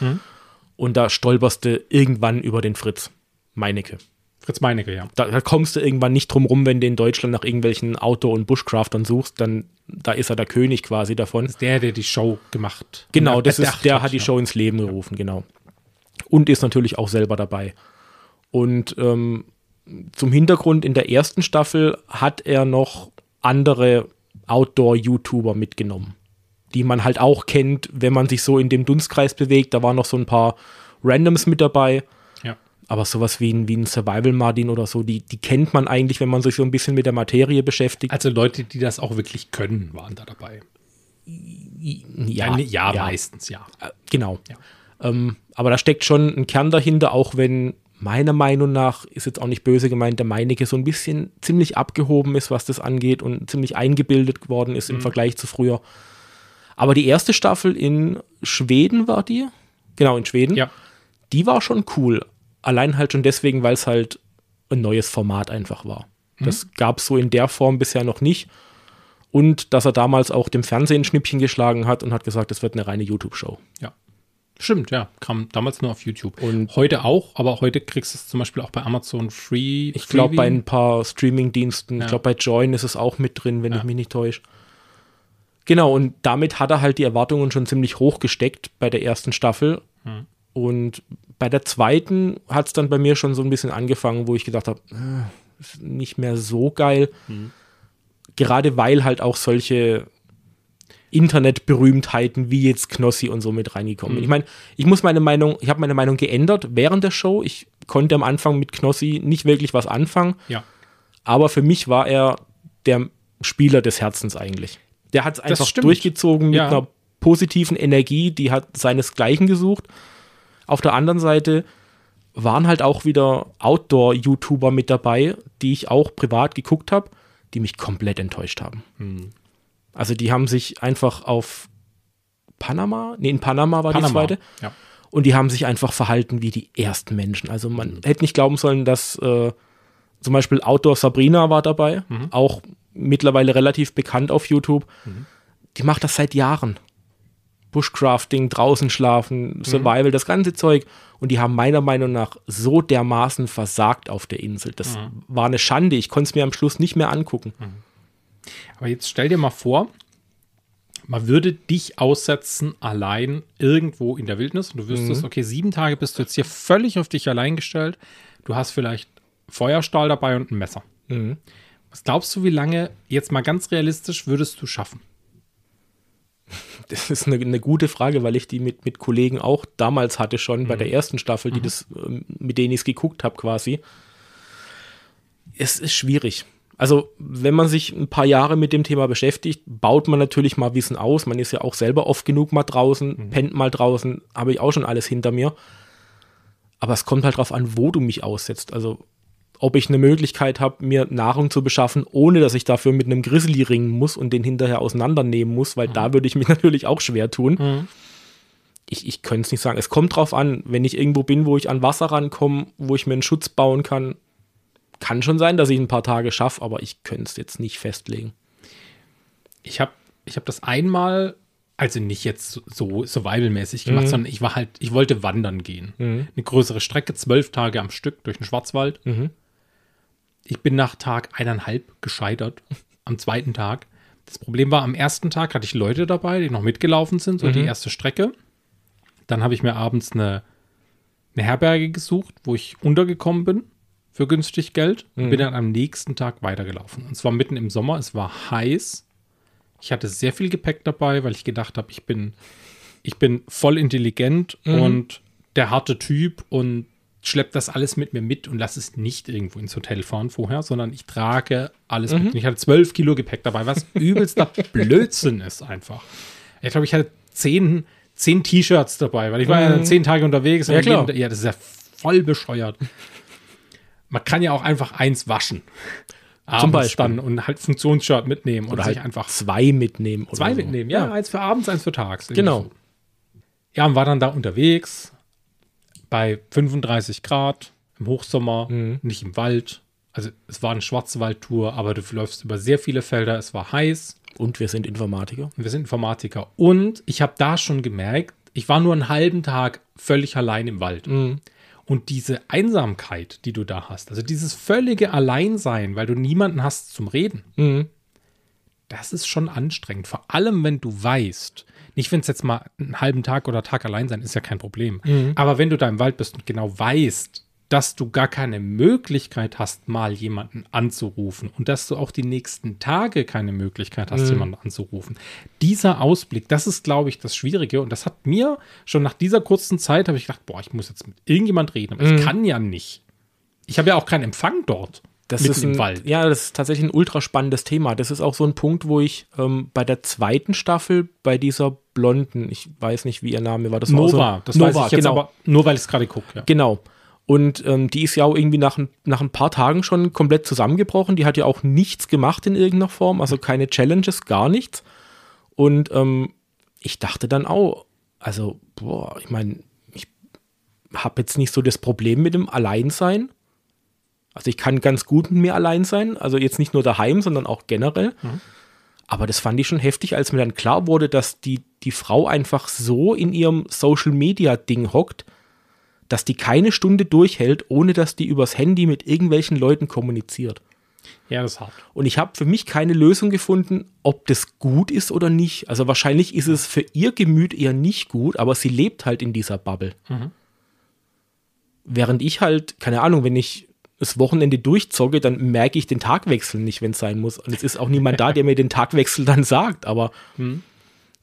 [SPEAKER 2] Und da stolperste irgendwann über den Fritz Meinecke.
[SPEAKER 1] Fritz Meinecke, ja.
[SPEAKER 2] Da, da kommst du irgendwann nicht drum rum, wenn du in Deutschland nach irgendwelchen Outdoor- und Bushcraftern suchst, dann da ist er der König quasi davon.
[SPEAKER 1] Der, der die Show gemacht
[SPEAKER 2] Genau,
[SPEAKER 1] und
[SPEAKER 2] das ist,
[SPEAKER 1] erdacht
[SPEAKER 2] der hat die
[SPEAKER 1] ja.
[SPEAKER 2] Show ins Leben gerufen, genau. Und ist natürlich auch selber dabei. Und ähm, zum Hintergrund, in der ersten Staffel hat er noch andere Outdoor-YouTuber mitgenommen, die man halt auch kennt, wenn man sich so in dem Dunstkreis bewegt. Da waren noch so ein paar Randoms mit dabei,
[SPEAKER 1] Ja.
[SPEAKER 2] aber sowas wie ein, wie ein Survival-Martin oder so, die, die kennt man eigentlich, wenn man sich so ein bisschen mit der Materie beschäftigt.
[SPEAKER 1] Also Leute, die das auch wirklich können, waren da dabei.
[SPEAKER 2] ja,
[SPEAKER 1] Nein, Äh, ja, meistens, ja.
[SPEAKER 2] Äh, Genau. Ähm, aber da steckt schon ein Kern dahinter, auch wenn meiner Meinung nach, ist jetzt auch nicht böse gemeint, der Meinecke so ein bisschen ziemlich abgehoben ist, was das angeht und ziemlich eingebildet geworden ist im Vergleich zu früher. Aber die erste Staffel in Schweden war die? Genau, in Schweden.
[SPEAKER 1] Ja.
[SPEAKER 2] Die war schon cool. Allein halt schon deswegen, weil es halt ein neues Format einfach war. Das gab es so in der Form bisher noch nicht. Und dass er damals auch dem Fernsehen ein Schnippchen geschlagen hat und hat gesagt, es wird eine reine YouTube-Show.
[SPEAKER 1] Ja. Stimmt, ja. Kam damals nur auf YouTube.
[SPEAKER 2] Und-
[SPEAKER 1] heute auch, aber heute kriegst du es zum Beispiel auch bei Amazon Free.
[SPEAKER 2] Ich glaube, bei
[SPEAKER 1] Freebie.
[SPEAKER 2] ein paar Streaming-Diensten,
[SPEAKER 1] Ja.
[SPEAKER 2] ich glaube, bei Join ist es auch mit drin, wenn ich mich nicht täusche. Genau, und damit hat er halt die Erwartungen schon ziemlich hoch gesteckt bei der ersten Staffel. Und bei der zweiten hat es dann bei mir schon so ein bisschen angefangen, wo ich gedacht habe, äh, ist nicht mehr so geil. Gerade weil halt auch solche Internetberühmtheiten wie jetzt Knossi und so mit reingekommen. bin. Ich meine, ich muss meine Meinung, ich habe meine Meinung geändert während der Show. Ich konnte am Anfang mit Knossi nicht wirklich was anfangen,
[SPEAKER 1] Ja.
[SPEAKER 2] aber für mich war er der Spieler des Herzens eigentlich. Der hat es einfach
[SPEAKER 1] stimmt.
[SPEAKER 2] durchgezogen mit
[SPEAKER 1] Ja.
[SPEAKER 2] einer positiven Energie, die hat seinesgleichen gesucht. Auf der anderen Seite waren halt auch wieder Outdoor-YouTuber mit dabei, die ich auch privat geguckt habe, die mich komplett enttäuscht haben.
[SPEAKER 1] Hm.
[SPEAKER 2] Also die haben sich einfach auf Panama, nee, in Panama war die
[SPEAKER 1] Panama.
[SPEAKER 2] zweite,
[SPEAKER 1] Ja.
[SPEAKER 2] und die haben sich einfach verhalten wie die ersten Menschen. Also man hätte nicht glauben sollen, dass äh, zum Beispiel Outdoor Sabrina war dabei, auch mittlerweile relativ bekannt auf YouTube. Die macht das seit Jahren. Bushcrafting, draußen schlafen, Survival, das ganze Zeug. Und die haben meiner Meinung nach so dermaßen versagt auf der Insel. Das war eine Schande. Ich konnte es mir am Schluss nicht mehr angucken.
[SPEAKER 1] Aber jetzt stell dir mal vor, man würde dich aussetzen allein irgendwo in der Wildnis und du wüsstest, okay, sieben Tage bist du jetzt hier völlig auf dich allein gestellt. Du hast vielleicht Feuerstahl dabei und ein Messer. Was glaubst du, wie lange, jetzt mal ganz realistisch, würdest du schaffen?
[SPEAKER 2] *laughs* Das ist eine, eine gute Frage, weil ich die mit, mit Kollegen auch damals hatte schon bei der ersten Staffel, die das, ähm, mit denen ich es geguckt habe quasi. Es ist schwierig. Also, wenn man sich ein paar Jahre mit dem Thema beschäftigt, baut man natürlich mal Wissen aus. Man ist ja auch selber oft genug mal draußen, pennt mal draußen, habe ich auch schon alles hinter mir. Aber es kommt halt drauf an, wo du mich aussetzt. Also, ob ich eine Möglichkeit habe, mir Nahrung zu beschaffen, ohne dass ich dafür mit einem Grizzly ringen muss und den hinterher auseinandernehmen muss, weil
[SPEAKER 1] Mhm.
[SPEAKER 2] da würde ich mich *laughs* natürlich auch schwer tun. Ich, ich könnte es nicht sagen. Es kommt drauf an, wenn ich irgendwo bin, wo ich an Wasser rankomme, wo ich mir einen Schutz bauen kann. Kann schon sein, dass ich ein paar Tage schaffe, aber ich könnte es jetzt nicht festlegen.
[SPEAKER 1] ich habe ich hab das einmal, also nicht jetzt so survivalmäßig gemacht, sondern ich war halt, ich wollte wandern gehen. Eine größere Strecke, zwölf Tage am Stück durch den Schwarzwald. Ich bin nach Tag eineinhalb gescheitert, am zweiten Tag. Das Problem war, am ersten Tag hatte ich Leute dabei, die noch mitgelaufen sind, so die erste Strecke. Dann habe ich mir abends eine, eine Herberge gesucht, wo ich untergekommen bin für günstig Geld und bin dann am nächsten Tag weitergelaufen. Und zwar mitten im Sommer, es war heiß. Ich hatte sehr viel Gepäck dabei, weil ich gedacht habe, ich bin, ich bin voll intelligent
[SPEAKER 2] Mhm.
[SPEAKER 1] und der harte Typ und schlepp das alles mit mir mit und lass es nicht irgendwo ins Hotel fahren vorher, sondern ich trage alles
[SPEAKER 2] Mhm.
[SPEAKER 1] mit. Und ich hatte zwölf Kilo Gepäck dabei,
[SPEAKER 2] *laughs*
[SPEAKER 1] was übelster Blödsinn ist einfach. Ich glaube, ich hatte zehn, zehn T-Shirts dabei, weil ich war ja zehn Tage unterwegs. und
[SPEAKER 2] Mhm. Ja,
[SPEAKER 1] am
[SPEAKER 2] klar.
[SPEAKER 1] Leben- ja, das ist ja voll bescheuert. Man kann ja auch einfach eins waschen. Abends
[SPEAKER 2] Beispiel.
[SPEAKER 1] dann und halt Funktionsshirt mitnehmen oder,
[SPEAKER 2] Oder
[SPEAKER 1] sich
[SPEAKER 2] halt
[SPEAKER 1] einfach
[SPEAKER 2] zwei mitnehmen. Oder
[SPEAKER 1] Zwei
[SPEAKER 2] so.
[SPEAKER 1] mitnehmen, Also, ja, Eins für abends, eins für tags. Irgendwie
[SPEAKER 2] Genau.
[SPEAKER 1] so. Ja, und war dann da unterwegs bei 35 Grad im Hochsommer, nicht im Wald. Also es war eine Schwarzwaldtour, aber du läufst über sehr viele Felder, es war heiß
[SPEAKER 2] Und wir sind Informatiker.
[SPEAKER 1] und wir sind Informatiker. Und ich habe da schon gemerkt, ich war nur einen halben Tag völlig allein im Wald. Und diese Einsamkeit, die du da hast, also dieses völlige Alleinsein, weil du niemanden hast zum Reden, das ist schon anstrengend. Vor allem, wenn du weißt, nicht wenn es jetzt mal einen halben Tag oder Tag allein sein ist ja kein Problem.
[SPEAKER 2] Mhm.
[SPEAKER 1] Aber wenn du da im Wald bist und genau weißt, dass du gar keine Möglichkeit hast, mal jemanden anzurufen und dass du auch die nächsten Tage keine Möglichkeit
[SPEAKER 2] Mhm.
[SPEAKER 1] hast, jemanden anzurufen. Dieser Ausblick, das ist, glaube ich, das Schwierige und das hat mir schon nach dieser kurzen Zeit, habe ich gedacht, boah, ich muss jetzt mit irgendjemand reden, aber
[SPEAKER 2] Mhm.
[SPEAKER 1] ich kann ja nicht. Ich habe ja auch keinen Empfang dort.
[SPEAKER 2] Das
[SPEAKER 1] mitten
[SPEAKER 2] ist ein,
[SPEAKER 1] im Wald.
[SPEAKER 2] Ja, das ist tatsächlich ein ultra spannendes Thema. Das ist auch so ein Punkt, wo ich ähm, bei der zweiten Staffel bei dieser Blonden, ich weiß nicht, wie ihr Name war, das war
[SPEAKER 1] Nova,
[SPEAKER 2] so,
[SPEAKER 1] das
[SPEAKER 2] Nova,
[SPEAKER 1] weiß ich jetzt
[SPEAKER 2] genau,
[SPEAKER 1] aber nur, weil ich es gerade gucke. Ja.
[SPEAKER 2] genau. Und ähm, die ist ja auch irgendwie nach, ein- nach ein paar Tagen schon komplett zusammengebrochen. Die hat ja auch nichts gemacht in irgendeiner Form, also keine Challenges, gar nichts. Und ähm, ich dachte dann auch, also, boah, ich meine, ich habe jetzt nicht so das Problem mit dem Alleinsein. Also ich kann ganz gut mit mir allein sein, also jetzt nicht nur daheim, sondern auch generell. Aber das fand ich schon heftig, als mir dann klar wurde, dass die, die Frau einfach so in ihrem Social-Media-Ding hockt, dass die keine Stunde durchhält, ohne dass die übers Handy mit irgendwelchen Leuten kommuniziert.
[SPEAKER 1] ja, das ist hart.
[SPEAKER 2] Und ich habe für mich keine Lösung gefunden, ob das gut ist oder nicht. Also wahrscheinlich ist es für ihr Gemüt eher nicht gut, aber sie lebt halt in dieser Bubble. Während ich halt, keine Ahnung, wenn ich das Wochenende durchzocke, dann merke ich den Tagwechsel nicht, wenn es sein muss. Und es ist auch niemand da, der mir den Tagwechsel dann sagt. Aber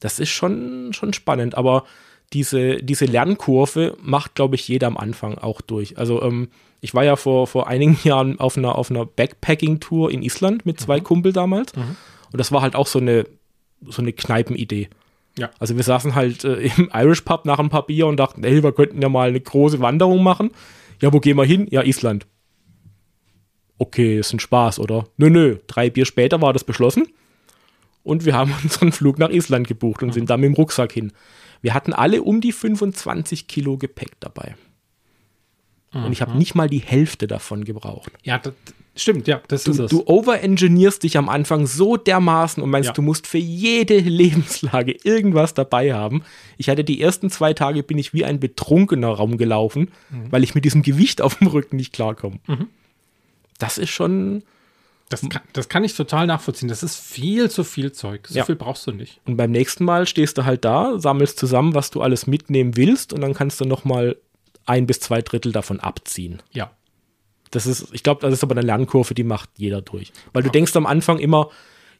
[SPEAKER 2] das ist schon, schon spannend. Aber diese, diese Lernkurve macht, glaube ich, jeder am Anfang auch durch. Also ähm, ich war ja vor, vor einigen *laughs* Jahren auf einer, auf einer Backpacking-Tour in Island mit zwei Kumpel damals. Und das war halt auch so eine, so eine Kneipenidee.
[SPEAKER 1] Ja.
[SPEAKER 2] Also *laughs* wir saßen halt äh, im Irish Pub nach ein paar Bier und dachten, hey, wir könnten ja mal eine große Wanderung machen. Ja, wo gehen wir hin? Ja, Island. Okay, ist ein Spaß, oder? Nö, nö. Drei Bier später war das beschlossen. Und wir haben *laughs* unseren Flug nach Island gebucht und sind da mit dem Rucksack hin. Wir hatten alle um die 25 Kilo Gepäck dabei. Und ich habe nicht mal die Hälfte davon gebraucht.
[SPEAKER 1] Ja, das, stimmt, ja, das ist
[SPEAKER 2] Du,
[SPEAKER 1] es.
[SPEAKER 2] du overengineerst dich am Anfang so dermaßen und meinst,
[SPEAKER 1] Ja.
[SPEAKER 2] du musst für jede *laughs* Lebenslage irgendwas dabei haben. Ich hatte die ersten zwei Tage, bin ich wie ein Betrunkener rumgelaufen,
[SPEAKER 1] Mhm.
[SPEAKER 2] weil ich mit diesem Gewicht *laughs* auf dem Rücken nicht klarkomme. Das ist schon,
[SPEAKER 1] das, kann, das kann ich total nachvollziehen. Das ist viel zu viel Zeug. So
[SPEAKER 2] Ja.
[SPEAKER 1] viel brauchst du nicht.
[SPEAKER 2] Und beim nächsten Mal stehst du halt da, sammelst zusammen, was du alles mitnehmen willst und dann kannst du nochmal ein bis zwei Drittel davon abziehen.
[SPEAKER 1] Ja.
[SPEAKER 2] Das ist, ich glaube, das ist aber eine Lernkurve, die macht jeder durch. Weil du denkst am Anfang immer,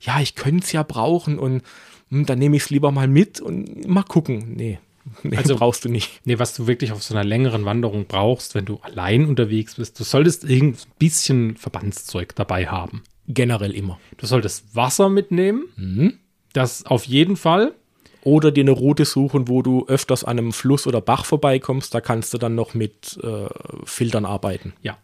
[SPEAKER 2] ja, ich könnte es ja brauchen und hm, dann nehme ich es lieber mal mit und mal gucken. Nee, *laughs* nee also
[SPEAKER 1] Also-
[SPEAKER 2] brauchst du nicht.
[SPEAKER 1] Nee, was du wirklich auf so einer längeren Wanderung brauchst, wenn du allein unterwegs bist, du solltest irgend ein bisschen Verbandszeug dabei haben.
[SPEAKER 2] Generell immer.
[SPEAKER 1] Du solltest Wasser mitnehmen. Das auf jeden Fall.
[SPEAKER 2] Oder dir eine Route suchen, wo du öfters an einem Fluss oder Bach vorbeikommst, da kannst du dann noch mit äh, Filtern arbeiten.
[SPEAKER 1] Ja.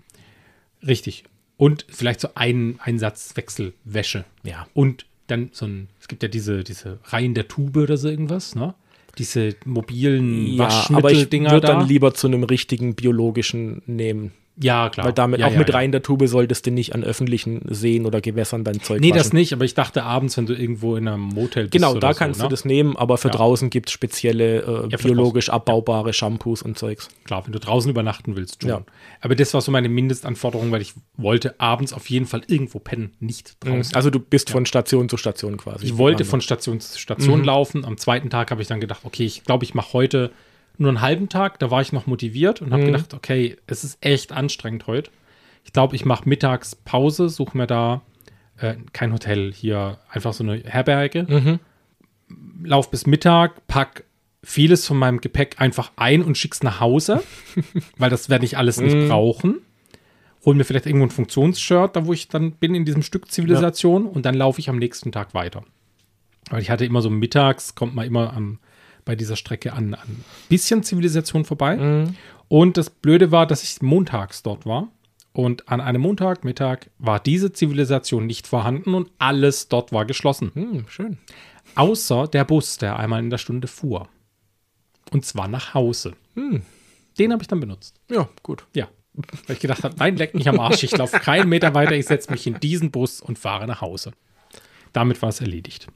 [SPEAKER 1] Richtig. Und vielleicht so einen Einsatzwechsel Wäsche.
[SPEAKER 2] Ja.
[SPEAKER 1] Und dann so ein, es gibt ja diese, diese Reihen der Tube oder so irgendwas, ne? Diese mobilen
[SPEAKER 2] Ja, aber ich
[SPEAKER 1] Waschmitteldinger
[SPEAKER 2] würde
[SPEAKER 1] da.
[SPEAKER 2] dann lieber zu einem richtigen biologischen nehmen.
[SPEAKER 1] ja, klar.
[SPEAKER 2] Weil damit
[SPEAKER 1] ja,
[SPEAKER 2] auch
[SPEAKER 1] ja,
[SPEAKER 2] mit
[SPEAKER 1] ja.
[SPEAKER 2] rein der Tube solltest du nicht an öffentlichen Seen oder Gewässern dein Zeug
[SPEAKER 1] Nee,
[SPEAKER 2] waschen.
[SPEAKER 1] das nicht, aber ich dachte abends, wenn du irgendwo in einem Motel bist.
[SPEAKER 2] Genau,
[SPEAKER 1] oder
[SPEAKER 2] da
[SPEAKER 1] so,
[SPEAKER 2] kannst
[SPEAKER 1] ne?
[SPEAKER 2] du das nehmen, aber für
[SPEAKER 1] Ja.
[SPEAKER 2] draußen gibt es spezielle äh,
[SPEAKER 1] Ja, für Mhm.
[SPEAKER 2] biologisch abbaubare Shampoos und Zeugs.
[SPEAKER 1] Klar, wenn du draußen übernachten willst, schon.
[SPEAKER 2] Ja.
[SPEAKER 1] Aber das war so meine Mindestanforderung, weil ich wollte abends auf jeden Fall irgendwo pennen, nicht draußen.
[SPEAKER 2] Also du bist von Station zu Station quasi.
[SPEAKER 1] Ich wollte von Station zu Station laufen. Am zweiten Tag habe ich dann gedacht, okay, ich glaube, ich mache heute nur einen halben Tag. Da war ich noch motiviert und habe gedacht, okay, es ist echt anstrengend heute. Ich glaube, ich mache mittags Pause, suche mir da äh, kein Hotel, hier einfach so eine Herberge. Lauf bis Mittag, pack vieles von meinem Gepäck einfach ein und schick's nach Hause, weil das werde ich alles nicht brauchen. Hol mir vielleicht irgendwo ein Funktionsshirt, da wo ich dann bin in diesem Stück Zivilisation und dann laufe ich am nächsten Tag weiter. Weil ich hatte immer so mittags, kommt man immer am, bei dieser Strecke an, an bisschen Zivilisation vorbei.
[SPEAKER 2] Mhm.
[SPEAKER 1] Und das Blöde war, dass ich montags dort war. Und an einem Montagmittag war diese Zivilisation nicht vorhanden und alles dort war geschlossen.
[SPEAKER 2] Hm, schön.
[SPEAKER 1] Außer der Bus, der einmal in der Stunde fuhr. Und zwar nach Hause.
[SPEAKER 2] Hm.
[SPEAKER 1] Den habe ich dann benutzt.
[SPEAKER 2] Ja, gut.
[SPEAKER 1] Ja. Weil ich gedacht habe, nein, leck mich am Arsch, ich laufe keinen Meter weiter, ich setze mich in diesen Bus und fahre nach Hause. Damit war es erledigt.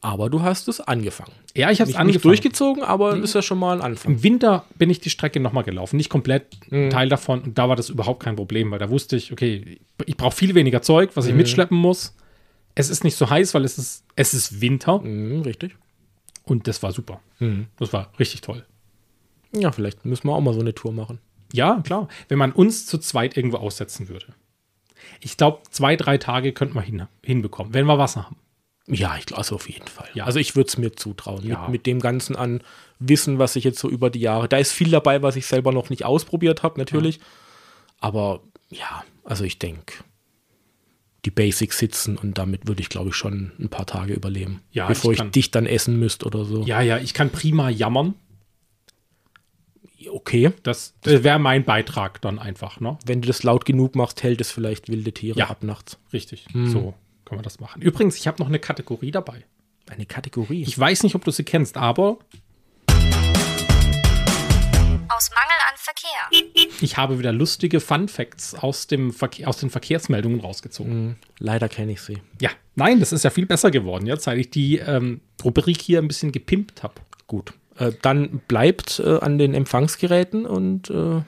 [SPEAKER 2] Aber du hast es angefangen.
[SPEAKER 1] Ja, ich habe es
[SPEAKER 2] Nicht, nicht
[SPEAKER 1] angefangen. Mhm.
[SPEAKER 2] durchgezogen, aber ist ja schon mal ein Anfang.
[SPEAKER 1] Im Winter bin ich die Strecke nochmal gelaufen, nicht komplett ein Teil davon. Und da war das überhaupt kein Problem, weil da wusste ich, okay, ich brauche viel weniger Zeug, was ich mitschleppen muss. Es ist nicht so heiß, weil es ist, es ist Winter.
[SPEAKER 2] Hm, richtig.
[SPEAKER 1] Und das war super. Das war richtig toll.
[SPEAKER 2] Ja, vielleicht müssen wir auch mal so eine Tour machen.
[SPEAKER 1] Ja, klar. Wenn man uns zu zweit irgendwo aussetzen würde. Ich glaube, zwei, drei Tage könnten wir hin, hinbekommen, wenn wir Wasser haben.
[SPEAKER 2] Ja, ich glaube es auf jeden Fall.
[SPEAKER 1] Ja.
[SPEAKER 2] Also ich würde es mir zutrauen.
[SPEAKER 1] Ja.
[SPEAKER 2] Mit, mit dem Ganzen an Wissen, was ich jetzt so über die Jahre. Da ist viel dabei, was ich selber noch nicht ausprobiert habe,
[SPEAKER 1] Mhm.
[SPEAKER 2] natürlich. Aber ja, also ich denke, die Basics sitzen und damit würde ich, glaube ich, schon ein paar Tage überleben.
[SPEAKER 1] Ja,
[SPEAKER 2] bevor
[SPEAKER 1] ich
[SPEAKER 2] ich,
[SPEAKER 1] kann-
[SPEAKER 2] dich dann essen müsste oder so.
[SPEAKER 1] Ja, ja, ich kann prima jammern.
[SPEAKER 2] Okay.
[SPEAKER 1] Das, das wäre mein Beitrag dann einfach, ne?
[SPEAKER 2] Wenn du das laut genug machst, hält es vielleicht wilde Tiere
[SPEAKER 1] Ja.
[SPEAKER 2] ab nachts.
[SPEAKER 1] Richtig. So kann man das machen. Übrigens, ich habe noch eine Kategorie dabei.
[SPEAKER 2] Eine Kategorie.
[SPEAKER 1] Ich weiß nicht, ob du sie kennst, aber
[SPEAKER 4] Aus Mangel an Verkehr.
[SPEAKER 1] ich habe wieder lustige Fun Facts aus, dem Verkehr, aus den Verkehrsmeldungen rausgezogen.
[SPEAKER 2] Mhm. Leider eh. kenne ich sie.
[SPEAKER 1] Ja, nein, das ist ja viel besser geworden, ja, seit ich die ähm, Rubrik hier ein bisschen gepimpt habe.
[SPEAKER 2] Gut. Äh, dann bleibt äh, an den Empfangsgeräten und äh,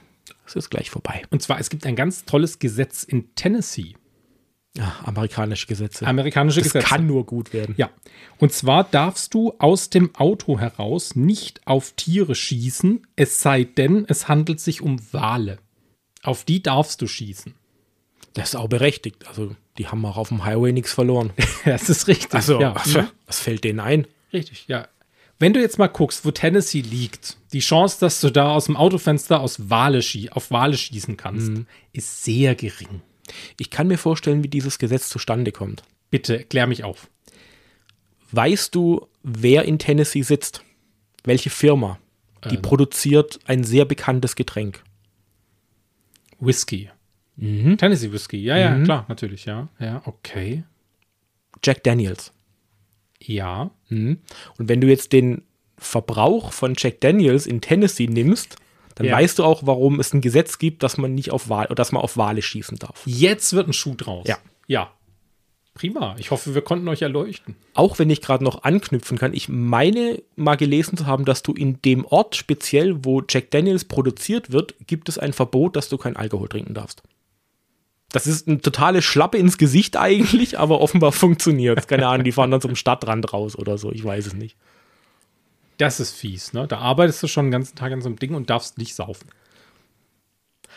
[SPEAKER 2] es ist gleich vorbei.
[SPEAKER 1] Und zwar, es gibt ein ganz tolles Gesetz in Tennessee.
[SPEAKER 2] Ja, Äh, amerikanische Gesetze.
[SPEAKER 1] Amerikanische
[SPEAKER 2] das
[SPEAKER 1] Gesetze.
[SPEAKER 2] kann nur gut werden.
[SPEAKER 1] Ja. Und zwar darfst du aus dem Auto heraus nicht auf Tiere schießen, es sei denn, es handelt sich um Wale. Auf die darfst du schießen. *laughs*
[SPEAKER 2] Das ist auch berechtigt. Also, die haben auch auf dem Highway
[SPEAKER 1] *laughs*
[SPEAKER 2] nichts verloren.
[SPEAKER 1] Das ist richtig.
[SPEAKER 2] Also,
[SPEAKER 1] ja.
[SPEAKER 2] was fällt denen ein?
[SPEAKER 1] Richtig, ja. Wenn du jetzt mal guckst, wo Tennessee liegt, die Chance, dass du da aus dem Autofenster aus Wale schie auf Wale schießen kannst,
[SPEAKER 2] Mhm.
[SPEAKER 1] ist sehr gering.
[SPEAKER 2] Ich kann mir vorstellen, wie dieses Gesetz zustande kommt.
[SPEAKER 1] Bitte klär mich auf.
[SPEAKER 2] Weißt du, wer in Tennessee sitzt?
[SPEAKER 1] Ähm.
[SPEAKER 2] Welche Firma? Die produziert ein sehr bekanntes Getränk.
[SPEAKER 1] Whisky.
[SPEAKER 2] Mhm.
[SPEAKER 1] Tennessee Whisky, ja, ja,
[SPEAKER 2] Mhm.
[SPEAKER 1] klar, natürlich, ja. Ja, okay.
[SPEAKER 2] Jack Daniels.
[SPEAKER 1] Ja.
[SPEAKER 2] Mhm. Und wenn du jetzt den Verbrauch von Jack Daniels in Tennessee nimmst, dann
[SPEAKER 1] Ja.
[SPEAKER 2] weißt du auch, warum es ein Gesetz gibt, dass man nicht auf Wale, oder dass man auf Wale schießen darf.
[SPEAKER 1] Jetzt wird ein Schuh draus.
[SPEAKER 2] Ja.
[SPEAKER 1] Ja. Prima. Ich hoffe, wir konnten euch erleuchten.
[SPEAKER 2] Auch wenn ich gerade noch anknüpfen kann, ich meine mal gelesen zu haben, dass du in dem Ort speziell, wo Jack Daniels produziert wird, gibt es ein Verbot, dass du kein Alkohol trinken darfst. Das ist eine totale Schlappe ins Gesicht eigentlich, *laughs* aber offenbar funktioniert. Keine Ahnung, die fahren dann zum Stadtrand raus oder so, ich weiß es nicht.
[SPEAKER 1] Das ist fies, ne? Da arbeitest du schon den ganzen Tag an so einem Ding und darfst nicht saufen.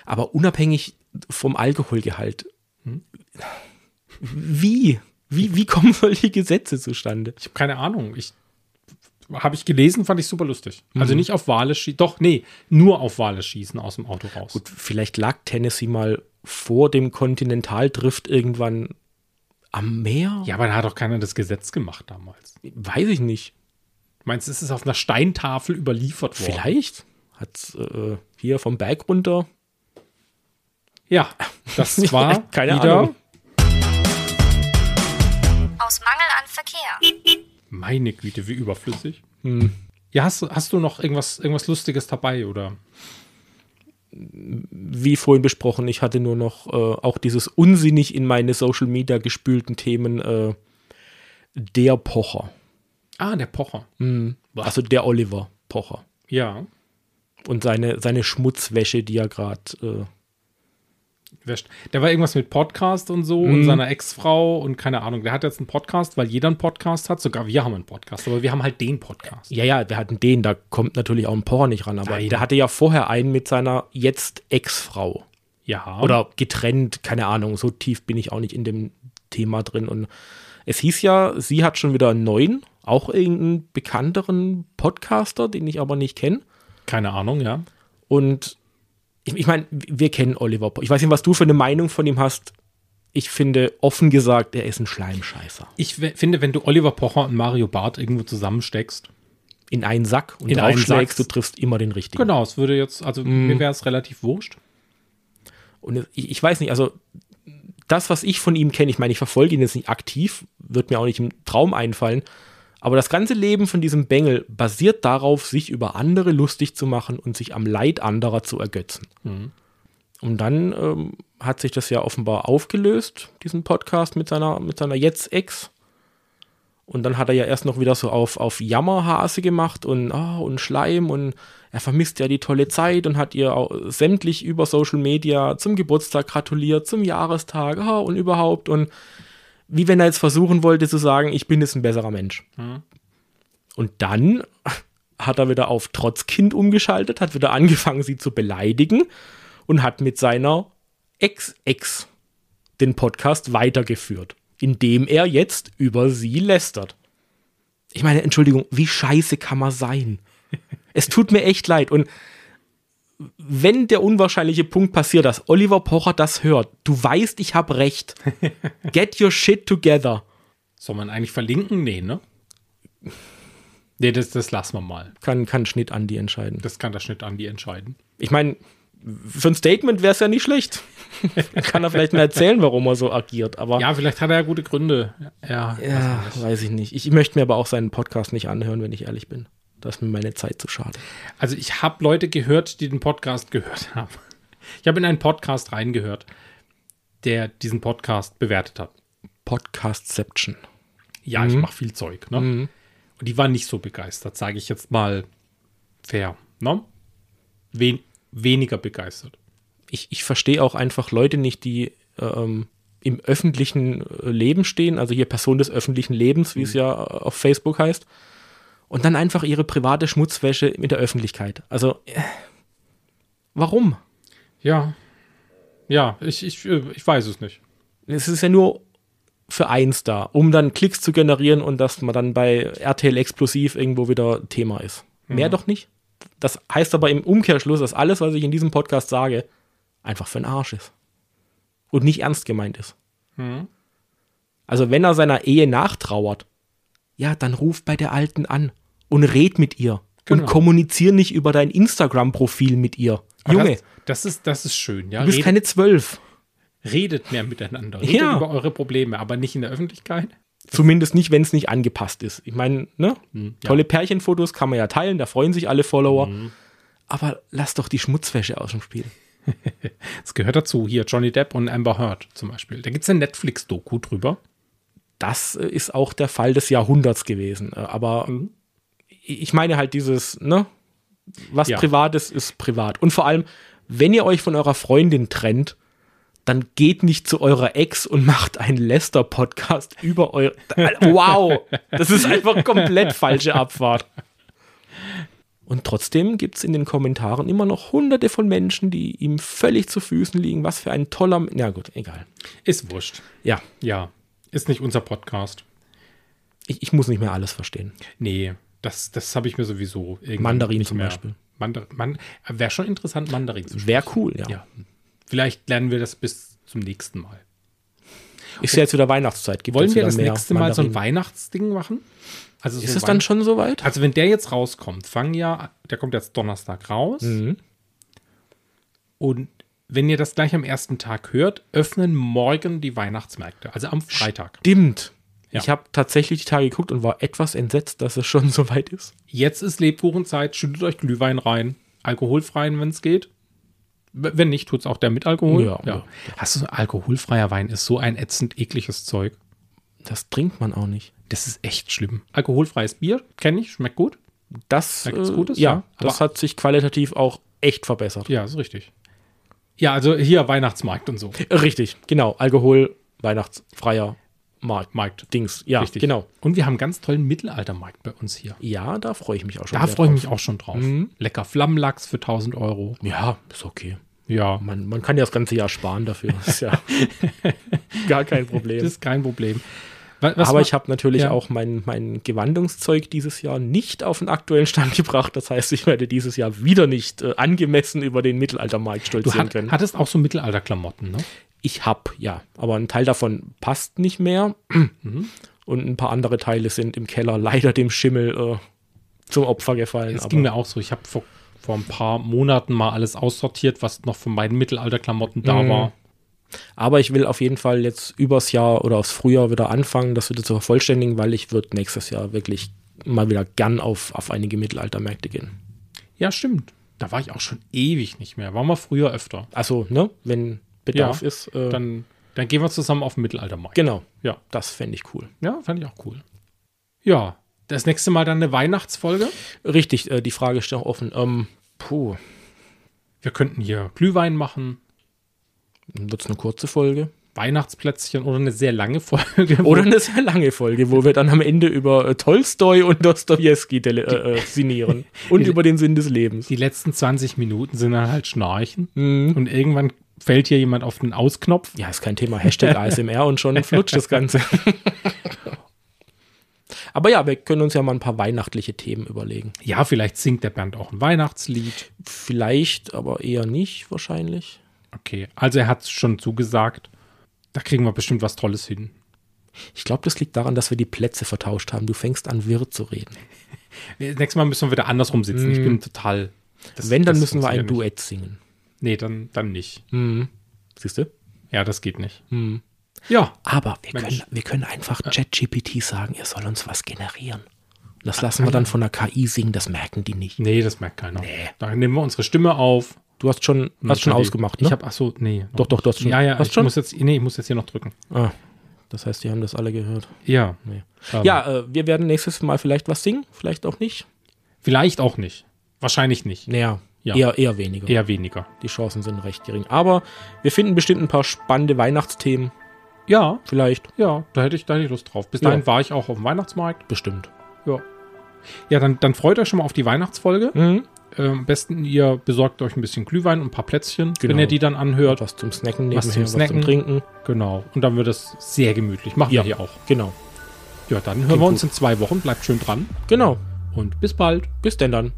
[SPEAKER 2] Aber unabhängig vom Alkoholgehalt, hm? wie? Wie, wie kommen solche Gesetze zustande?
[SPEAKER 1] Ich habe keine Ahnung. Ich habe ich gelesen, fand ich super lustig.
[SPEAKER 2] Mhm.
[SPEAKER 1] Also nicht auf Wale schießen. Doch, nee, nur auf Wale schießen aus dem Auto raus.
[SPEAKER 2] Gut, vielleicht lag Tennessee mal vor dem Kontinentaldrift irgendwann am Meer?
[SPEAKER 1] Ja, aber da hat doch keiner das Gesetz gemacht damals.
[SPEAKER 2] Weiß ich nicht.
[SPEAKER 1] Meinst du, es ist auf einer Steintafel überliefert worden?
[SPEAKER 2] Vielleicht hat's äh, hier vom Berg runter.
[SPEAKER 1] Ja,
[SPEAKER 2] *laughs*
[SPEAKER 1] das war
[SPEAKER 2] Keine
[SPEAKER 1] wieder
[SPEAKER 2] Ahnung.
[SPEAKER 4] Aus Mangel an Verkehr.
[SPEAKER 1] Meine Güte, wie überflüssig.
[SPEAKER 2] Hm.
[SPEAKER 1] Ja, hast, du- hast du noch irgendwas, irgendwas Lustiges dabei, oder?
[SPEAKER 2] Wie vorhin besprochen, ich hatte nur noch äh, auch dieses unsinnig in meine Social Media gespülten Themen äh, der Pocher.
[SPEAKER 1] Ah, der Pocher.
[SPEAKER 2] Also der Oliver Pocher.
[SPEAKER 1] Ja,
[SPEAKER 2] Und seine, seine Schmutzwäsche, die er äh, gerade.
[SPEAKER 1] wäscht. Da war irgendwas mit Podcast und so
[SPEAKER 2] Hm.
[SPEAKER 1] und seiner Ex-Frau und keine Ahnung. Der hat jetzt einen Podcast, weil jeder einen Podcast hat. Sogar wir haben einen Podcast, aber wir haben halt den Podcast.
[SPEAKER 2] Äh, ja, ja, wir hatten den, da kommt natürlich auch ein Pocher nicht ran, aber
[SPEAKER 1] Nein.
[SPEAKER 2] der hatte ja vorher einen mit seiner jetzt Ex-Frau.
[SPEAKER 1] Ja.
[SPEAKER 2] oder getrennt, keine Ahnung, so tief bin ich auch nicht in dem Thema drin. Und es hieß ja, sie hat schon wieder einen neuen, auch irgendeinen bekannteren Podcaster, den ich aber nicht kenne.
[SPEAKER 1] Keine Ahnung, ja.
[SPEAKER 2] Und ich, ich meine, wir kennen Oliver. Po- Ich weiß nicht, was du für eine Meinung von ihm hast. Ich finde, offen gesagt, er ist ein Schleimscheißer.
[SPEAKER 1] Ich we- finde, wenn du Oliver Pocher und Mario Barth irgendwo zusammensteckst,
[SPEAKER 2] In einen Sack und
[SPEAKER 1] In einen
[SPEAKER 2] draufschlägst,
[SPEAKER 1] Sack.
[SPEAKER 2] du triffst immer den richtigen.
[SPEAKER 1] genau, es würde jetzt, also mir wäre es relativ wurscht.
[SPEAKER 2] Und ich, ich weiß nicht, also das, was ich von ihm kenne, ich meine, ich verfolge ihn jetzt nicht aktiv, wird mir auch nicht im Traum einfallen, aber das ganze Leben von diesem Bengel basiert darauf, sich über andere lustig zu machen und sich am Leid anderer zu ergötzen. Und dann ähm, hat sich das ja offenbar aufgelöst, diesen Podcast mit seiner, mit seiner Jetzt-Ex. Und dann hat er ja erst noch wieder so auf, auf Jammerhase gemacht und, ah, und Schleim und er vermisst ja die tolle Zeit und hat ihr auch sämtlich über Social Media zum Geburtstag gratuliert, zum Jahrestag ah, und überhaupt. Und wie wenn er jetzt versuchen wollte zu sagen, ich bin jetzt ein besserer Mensch. Und dann *laughs* hat er wieder auf Trotzkind umgeschaltet, hat wieder angefangen, sie zu beleidigen und hat mit seiner Ex-Ex den Podcast weitergeführt, indem er jetzt über sie lästert. Ich meine, Entschuldigung, wie scheiße kann man sein? Es tut mir echt leid. Und wenn der unwahrscheinliche Punkt passiert, dass Oliver Pocher das hört, du weißt, ich habe recht. Get your shit together.
[SPEAKER 1] Soll man eigentlich verlinken? Nee, ne? Nee, das, das lassen wir mal.
[SPEAKER 2] Kann, kann Schnitt Andi entscheiden.
[SPEAKER 1] Das kann der Schnitt Andi entscheiden.
[SPEAKER 2] Ich meine, für ein Statement wäre es ja nicht schlecht. *laughs* kann er vielleicht mal erzählen, warum er so agiert. Aber
[SPEAKER 1] Ja, vielleicht hat er ja gute Gründe. Ja,
[SPEAKER 2] Ja, weiß ich nicht. Ich möchte mir aber auch seinen Podcast nicht anhören, wenn ich ehrlich bin. Da ist mir meine Zeit zu schade.
[SPEAKER 1] Also ich habe Leute gehört, die den Podcast gehört haben. Ich habe in einen Podcast reingehört, der diesen Podcast bewertet hat.
[SPEAKER 2] Podcastception.
[SPEAKER 1] Ja,
[SPEAKER 2] Mhm.
[SPEAKER 1] ich mache viel Zeug. Ne? Und die waren nicht so begeistert, sage ich jetzt mal fair. Ne? Wen weniger begeistert.
[SPEAKER 2] Ich, ich verstehe auch einfach Leute nicht, die ähm, im öffentlichen äh, Leben stehen, also hier Person des öffentlichen Lebens, wie es ja äh, auf Facebook heißt, und dann einfach ihre private Schmutzwäsche in der Öffentlichkeit. Also, äh, warum?
[SPEAKER 1] Ja. Ja, ich, ich, ich weiß es nicht.
[SPEAKER 2] Es ist ja nur für eins da, um dann Klicks zu generieren und dass man dann bei RTL Explosiv irgendwo wieder Thema ist. Mehr
[SPEAKER 1] Mhm.
[SPEAKER 2] doch nicht. Das heißt aber im Umkehrschluss, dass alles, was ich in diesem Podcast sage, einfach für den Arsch ist. Und nicht ernst gemeint ist.
[SPEAKER 1] Mhm.
[SPEAKER 2] Also wenn er seiner Ehe nachtrauert, ja, dann ruf bei der Alten an und red mit ihr.
[SPEAKER 1] Genau.
[SPEAKER 2] Und kommunizier nicht über dein Instagram-Profil mit ihr.
[SPEAKER 1] Aber
[SPEAKER 2] Junge.
[SPEAKER 1] Das, das, ist, das ist schön, ja.
[SPEAKER 2] Du bist
[SPEAKER 1] Redet,
[SPEAKER 2] keine zwölf.
[SPEAKER 1] redet mehr miteinander. Redet
[SPEAKER 2] Ja.
[SPEAKER 1] über eure Probleme, aber nicht in der Öffentlichkeit.
[SPEAKER 2] Zumindest nicht, wenn es nicht angepasst ist. Ich meine, ne? Tolle Pärchenfotos kann man ja teilen, da freuen sich alle Follower. Aber lass doch die Schmutzwäsche aus dem Spiel.
[SPEAKER 1] Es gehört dazu, hier Johnny Depp und Amber Heard zum Beispiel. Da gibt es eine Netflix-Doku drüber.
[SPEAKER 2] Das äh, ist auch der Fall des Jahrhunderts gewesen. Äh, Aber ich ich meine halt dieses, ne? Was
[SPEAKER 1] Ja.
[SPEAKER 2] privat ist, ist privat. Und vor allem, wenn ihr euch von eurer Freundin trennt, dann geht nicht zu eurer Ex und macht einen Lester-Podcast *laughs* über eure. Wow! Das ist einfach komplett falsche Abfahrt. Und trotzdem gibt es in den Kommentaren immer noch hunderte von Menschen, die ihm völlig zu Füßen liegen. Was für ein toller. M- Na gut, egal.
[SPEAKER 1] Ist wurscht.
[SPEAKER 2] Ja,
[SPEAKER 1] Ja, ist nicht unser Podcast.
[SPEAKER 2] ich, ich muss nicht mehr alles verstehen.
[SPEAKER 1] Nee, das, das habe ich mir sowieso irgendwann
[SPEAKER 2] Mandarin
[SPEAKER 1] nicht
[SPEAKER 2] zum
[SPEAKER 1] mehr-
[SPEAKER 2] Beispiel.
[SPEAKER 1] Mandar Man Wäre schon interessant, Mandarin zu
[SPEAKER 2] Wäre cool, ja.
[SPEAKER 1] Ja. Vielleicht lernen wir das bis zum nächsten Mal.
[SPEAKER 2] Ist ja jetzt wieder Weihnachtszeit. Gibt
[SPEAKER 1] Wollen
[SPEAKER 2] jetzt
[SPEAKER 1] wir
[SPEAKER 2] wieder
[SPEAKER 1] das
[SPEAKER 2] mehr
[SPEAKER 1] nächste Mal so ein
[SPEAKER 2] Mandarinen. Ah,
[SPEAKER 1] Weihnachtsding machen? Also so
[SPEAKER 2] Ist
[SPEAKER 1] ein
[SPEAKER 2] es dann
[SPEAKER 1] Weihn-
[SPEAKER 2] schon soweit?
[SPEAKER 1] Also wenn der jetzt rauskommt, fangen ja, der kommt jetzt Donnerstag raus.
[SPEAKER 2] Mhm.
[SPEAKER 1] Und wenn ihr das gleich am ersten Tag hört, öffnen morgen die Weihnachtsmärkte, also am Freitag.
[SPEAKER 2] Stimmt.
[SPEAKER 1] Ja.
[SPEAKER 2] Ich habe tatsächlich die Tage geguckt und war etwas entsetzt, dass es schon *laughs* soweit ist.
[SPEAKER 1] Jetzt ist Lebkuchenzeit, schüttet euch Glühwein rein, alkoholfreien, wenn es geht. W- Wenn nicht, tut es auch der mit Alkohol.
[SPEAKER 2] Ja, ja.
[SPEAKER 1] Hast du alkoholfreier Wein ist so ein ätzend ekliges Zeug.
[SPEAKER 2] Das trinkt man auch nicht.
[SPEAKER 1] Das ist echt schlimm. Alkoholfreies Bier, kenne ich, schmeckt gut.
[SPEAKER 2] Das,
[SPEAKER 1] Da gibt's
[SPEAKER 2] äh,
[SPEAKER 1] Gutes,
[SPEAKER 2] ja,
[SPEAKER 1] ja.
[SPEAKER 2] das
[SPEAKER 1] Aber-
[SPEAKER 2] hat sich qualitativ auch echt verbessert.
[SPEAKER 1] Ja, ist richtig. Ja, also hier Weihnachtsmarkt und so.
[SPEAKER 2] Richtig, genau. Alkohol, weihnachtsfreier Markt.
[SPEAKER 1] Markt.
[SPEAKER 2] Dings, ja,
[SPEAKER 1] richtig.
[SPEAKER 2] genau.
[SPEAKER 1] Und wir haben einen ganz tollen Mittelaltermarkt bei uns hier.
[SPEAKER 2] Ja, da freue ich mich auch schon.
[SPEAKER 1] Da
[SPEAKER 2] sehr
[SPEAKER 1] freue ich
[SPEAKER 2] drauf.
[SPEAKER 1] mich auch schon drauf. Mhm. Lecker Flammlachs für 1000 Euro.
[SPEAKER 2] Ja, ist okay.
[SPEAKER 1] Ja,
[SPEAKER 2] Man, man kann ja das ganze Jahr
[SPEAKER 1] *laughs*
[SPEAKER 2] sparen dafür. Ist ja gar kein Problem.
[SPEAKER 1] das ist kein Problem. Wa- was
[SPEAKER 2] Aber
[SPEAKER 1] ma-
[SPEAKER 2] ich habe natürlich
[SPEAKER 1] Ja.
[SPEAKER 2] auch mein, mein Gewandungszeug dieses Jahr nicht auf den aktuellen Stand *laughs* gebracht. Das heißt, ich werde dieses Jahr wieder nicht äh, angemessen über den Mittelaltermarkt
[SPEAKER 1] Du
[SPEAKER 2] stolzieren
[SPEAKER 1] hat,
[SPEAKER 2] können.
[SPEAKER 1] hattest auch so Mittelalterklamotten, ne?
[SPEAKER 2] ich hab, ja. Aber ein Teil davon passt nicht mehr. *clears throat*
[SPEAKER 1] Mhm.
[SPEAKER 2] Und ein paar andere Teile sind im Keller leider dem Schimmel äh, zum Opfer gefallen.
[SPEAKER 1] Das
[SPEAKER 2] Aber
[SPEAKER 1] ging mir auch so. Ich habe vor, vor ein paar Monaten mal alles aussortiert, was noch von meinen Mittelalterklamotten
[SPEAKER 2] Mhm.
[SPEAKER 1] da war.
[SPEAKER 2] Aber ich will auf jeden Fall jetzt übers Jahr oder aufs Frühjahr wieder anfangen, das wieder zu vervollständigen, weil ich würde nächstes Jahr wirklich mal wieder gern auf, auf einige Mittelaltermärkte gehen.
[SPEAKER 1] Ja, stimmt. Da war ich auch schon ewig nicht mehr. War mal früher öfter.
[SPEAKER 2] Also, ne, wenn Bedarf
[SPEAKER 1] Ja,
[SPEAKER 2] ist, äh,
[SPEAKER 1] Dann, dann gehen wir zusammen auf den Mittelaltermarkt.
[SPEAKER 2] genau,
[SPEAKER 1] Ja.
[SPEAKER 2] das fände ich cool.
[SPEAKER 1] Ja, fand ich auch cool. Ja, das nächste Mal dann eine Weihnachtsfolge.
[SPEAKER 2] Richtig, äh, die Frage ist noch offen. Ähm, puh,
[SPEAKER 1] Wir könnten hier Glühwein machen,
[SPEAKER 2] wird es eine kurze Folge?
[SPEAKER 1] Weihnachtsplätzchen oder eine sehr lange *laughs* Folge.
[SPEAKER 2] Oder eine sehr lange Folge, wo wir dann am Ende über äh, Tolstoi und Dostoevsky tele- äh, äh, sinieren und über den Sinn des Lebens.
[SPEAKER 1] Die letzten 20 Minuten sind dann halt Schnarchen
[SPEAKER 2] Mhm.
[SPEAKER 1] und irgendwann fällt hier jemand auf den Ausknopf.
[SPEAKER 2] Ja, ist kein Thema.
[SPEAKER 1] *laughs*
[SPEAKER 2] Hashtag ASMR und schon flutscht das Ganze. *laughs* Aber ja, wir können uns ja mal ein paar weihnachtliche Themen überlegen.
[SPEAKER 1] Ja, vielleicht singt der Bernd auch ein Weihnachtslied.
[SPEAKER 2] Vielleicht, aber eher nicht wahrscheinlich.
[SPEAKER 1] Okay, also er hat schon zugesagt. Da kriegen wir bestimmt was Tolles hin.
[SPEAKER 2] Ich glaube, das liegt daran, dass wir die Plätze vertauscht haben. Du fängst an, wirr zu reden.
[SPEAKER 1] Äh, Nächstes Mal müssen wir wieder andersrum sitzen. Ich bin total. Mhm. das-
[SPEAKER 2] Wenn, dann
[SPEAKER 1] das
[SPEAKER 2] müssen wir ein
[SPEAKER 1] funktioniert
[SPEAKER 2] Duett singen.
[SPEAKER 1] nicht. Mhm. Nee, dann, dann nicht.
[SPEAKER 2] Siehst du?
[SPEAKER 1] Ja, das geht nicht. Ja,
[SPEAKER 2] Aber wir
[SPEAKER 1] Mensch.
[SPEAKER 2] können, wir können
[SPEAKER 1] äh,
[SPEAKER 2] einfach ChatGPT sagen, er soll uns was generieren.
[SPEAKER 1] Ah,
[SPEAKER 2] Das lassen wir dann von der KI singen, das merken die nicht.
[SPEAKER 1] nee, das merkt keiner. Da nehmen wir unsere Stimme auf.
[SPEAKER 2] Du hast schon, hast schon ausgemacht, ne?
[SPEAKER 1] Ich habe, ach so, nee. noch
[SPEAKER 2] Doch, doch, du hast
[SPEAKER 1] nicht.
[SPEAKER 2] schon-
[SPEAKER 1] Ja, ja,
[SPEAKER 2] hast
[SPEAKER 1] ich
[SPEAKER 2] schon?
[SPEAKER 1] muss jetzt, nee, ich muss jetzt hier noch drücken.
[SPEAKER 2] ah, das heißt, die haben das alle gehört.
[SPEAKER 1] Ja. Ähm. Schade.
[SPEAKER 2] Ja, äh, wir werden nächstes Mal vielleicht was singen, vielleicht auch nicht.
[SPEAKER 1] Vielleicht auch nicht. Wahrscheinlich nicht.
[SPEAKER 2] Naja,
[SPEAKER 1] Ja.
[SPEAKER 2] Eher, eher weniger.
[SPEAKER 1] Eher weniger.
[SPEAKER 2] Die Chancen sind recht gering. Aber wir finden bestimmt ein paar spannende Weihnachtsthemen.
[SPEAKER 1] Ja,
[SPEAKER 2] Vielleicht.
[SPEAKER 1] ja, da hätte ich, da hätte ich Lust drauf. Bis
[SPEAKER 2] Ja.
[SPEAKER 1] dahin war ich auch auf dem Weihnachtsmarkt.
[SPEAKER 2] Bestimmt.
[SPEAKER 1] Ja. Ja, dann, dann freut euch schon mal auf die Weihnachtsfolge.
[SPEAKER 2] Mhm.
[SPEAKER 1] Ähm, am besten ihr besorgt euch ein bisschen Glühwein und ein paar Plätzchen,
[SPEAKER 2] Genau.
[SPEAKER 1] wenn ihr die dann anhört.
[SPEAKER 2] Was zum Snacken nebenher,
[SPEAKER 1] Was zum Snacken.
[SPEAKER 2] was zum Trinken.
[SPEAKER 1] Genau. Und dann wird das sehr gemütlich. Machen
[SPEAKER 2] Ja.
[SPEAKER 1] wir hier auch.
[SPEAKER 2] Genau.
[SPEAKER 1] Ja, dann hören
[SPEAKER 2] Klingt
[SPEAKER 1] wir uns in zwei Wochen. Bleibt schön dran
[SPEAKER 2] Genau.
[SPEAKER 1] und bis bald.
[SPEAKER 2] Bis denn dann.